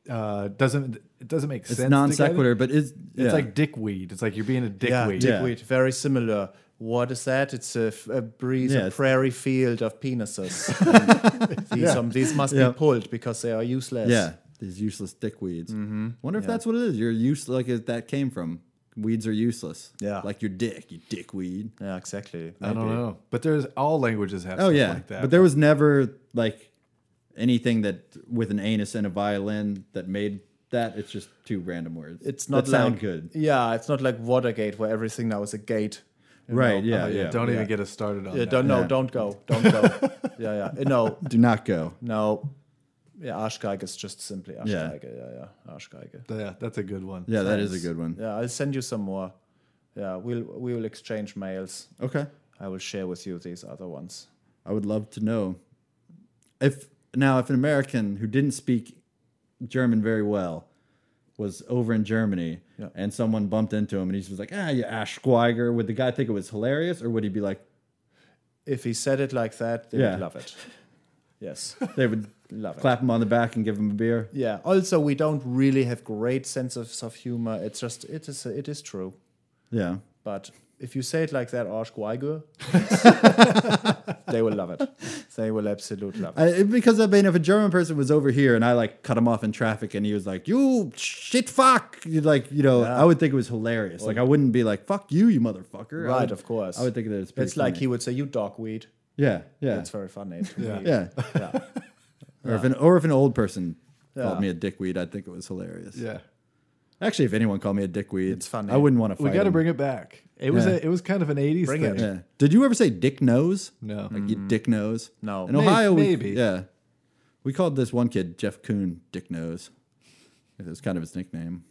S1: uh, doesn't it doesn't make sense.
S2: it's
S1: together.
S2: non sequitur, but it's
S1: It's
S2: yeah.
S1: like dickweed. It's like you're being a
S3: Yeah,
S1: dickweed.
S3: dickweed. Very similar. What is that? It's a, f- a breeze,
S2: Yeah,
S3: a
S2: it's-
S3: prairie field of penises. And these, um, these must
S2: Yeah.
S3: be pulled because they are useless.
S2: yeah these useless dickweeds. Mm-hmm. Wonder if that's what it is. You're useless. Like if that came from weeds are useless.
S3: Yeah.
S2: like your dick, you dickweed.
S3: Yeah, exactly.
S1: I don't know, but there's all languages have.
S2: Oh
S1: stuff
S2: yeah,
S1: like that.
S2: but there was never like anything that with an anus and a violin that made that. It's just two random words.
S3: It's not
S2: that sound
S3: like-
S2: good,
S3: Yeah, it's not like Watergate where everything now is a gate.
S2: right? Yeah,
S1: Oh,
S2: yeah,
S1: yeah, Don't
S3: yeah.
S1: even get us started on
S3: Yeah,
S1: that.
S3: don't no,
S2: Yeah.
S3: don't go, don't go. yeah, yeah, no,
S2: do not go.
S3: no. Yeah, Arschgeige is just simply
S2: Yeah.
S3: Arschgeige. Yeah, yeah, Arschgeige.
S1: Yeah, that's a good one.
S2: Yeah, that is a good one.
S3: Yeah, I'll send you some more. Yeah, we'll we will exchange mails.
S2: Okay,
S3: I will share with you these other ones.
S2: I would love to know if now if an American who didn't speak German very well was over in Germany
S3: Yeah.
S2: and someone bumped into him and he was like, "Ah, you Ashqueiger," would the guy think it was hilarious or would he be like,
S3: If he said it like that, they
S2: Yeah.
S3: would love it. Yes,
S2: they would
S3: love it.
S2: clap him on the back and give him a beer?
S3: Yeah. Also, we don't really have great senses of humor. It's just it is it is true.
S2: Yeah.
S3: But if you say it like that, Arschgeige, they will love it. They will absolutely love it.
S2: I, it- because I mean, if a German person was over here and I like cut him off in traffic and he was like, "You shit fuck," you like you know, I would think it was hilarious. Like I wouldn't be like, "Fuck you, you motherfucker." I
S3: Right,
S2: would-
S3: of course.
S2: I would think that it's pretty
S3: It's like
S2: funny.
S3: he would say, "You dogweed."
S2: yeah, yeah,
S3: That's very funny. to me.
S2: yeah.
S3: yeah.
S2: Or if an or if an old person called
S3: Yeah.
S2: me a dickweed, I'd think it was hilarious.
S1: Yeah.
S2: Actually, if anyone called me a dickweed,
S3: It's funny.
S2: I wouldn't want to
S1: We
S2: fight.
S1: got to
S2: him.
S1: bring it back. It was
S2: Yeah.
S1: a, it was kind of an '80s
S3: Bring
S1: thing.
S3: it.
S2: Yeah. Did you ever say dick nose?
S1: No.
S2: Like you dick nose?
S3: Mm. No.
S2: In
S3: May-
S2: Ohio, we-
S1: maybe.
S2: yeah. We called this one kid Jeff Coon Dick Nose. It was kind of his nickname.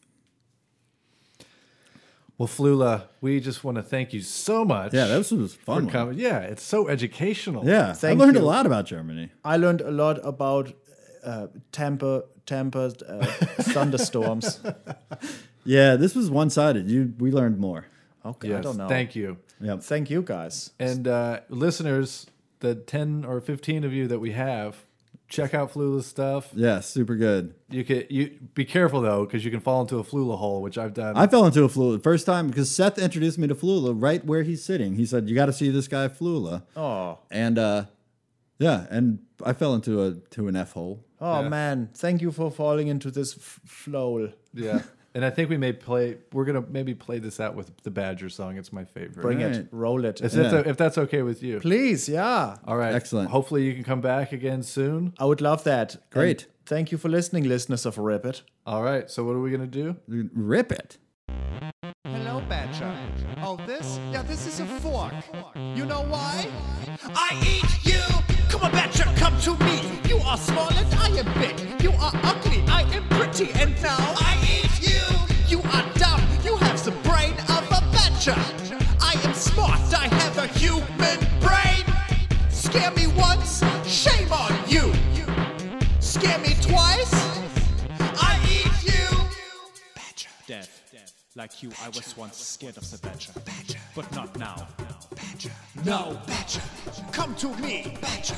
S1: Well, Flula, we just want to thank you so much.
S2: Yeah, that was, was a
S1: for
S2: fun. one.
S1: coming. Yeah, it's so educational.
S2: Yeah,
S3: Thank
S2: I learned a
S3: you.
S2: lot about Germany.
S3: I learned a lot about uh, temper, temper, uh, thunderstorms.
S2: Yeah, this was one sided. You, we learned more.
S3: Okay,
S1: Yes,
S3: I don't know.
S1: Thank you.
S2: Yep.
S3: Thank you guys.
S1: And uh, listeners, the 10 or 15 of you that we have, check out Flula's stuff.
S2: Yeah, super good.
S1: You can you be careful though cuz you can fall into a Flula hole, which I've done.
S2: I fell into a Flula the first time because Seth introduced me to Flula right where he's sitting. He said, "You got to see this guy, Flula."
S3: Oh,
S2: and uh, yeah, and I fell into a to an f hole.
S3: oh man, thank you for falling into this f- flow.
S1: yeah. And I think we may play we're going to maybe play this out with the Badger song. It's my favorite.
S3: Bring
S2: Alright.
S3: it, roll it.
S1: If
S2: Yeah.
S1: that's- if that's okay with you.
S3: Please, yeah.
S1: All right.
S2: Excellent.
S1: Hopefully you can come back again soon.
S3: I would love that.
S2: Great.
S3: And thank you for listening, listeners of Ribbit.
S1: All right. So what are we going to do?
S2: Rip it.
S9: Hello, Badger. Oh, this? Yeah, this is a fork. You know why?
S6: I eat you! Come on, Badger, come to me! You are small and I am big! You are ugly, I am pretty, and now I eat you! You are dumb, you have the brain of a badger! I am smart, I have a human brain! Scare me once, shame on you! Scare me twice, I eat you! Badger.
S7: Dead. Like you, I was once scared of the badger. Badger. But not now. Badger.
S6: No, Badger, come to me. Badger,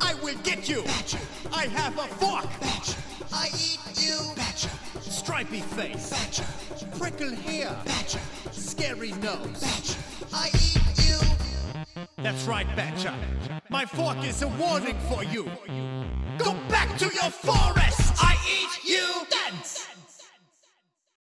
S6: I will get you. Badger, I have a fork. Badger, I eat you. Badger, stripy face. Badger, prickle hair. Badger, scary nose. Badger, I eat you. That's right, Badger. My fork is a warning for you. Go back to your forest. I eat you. Dance.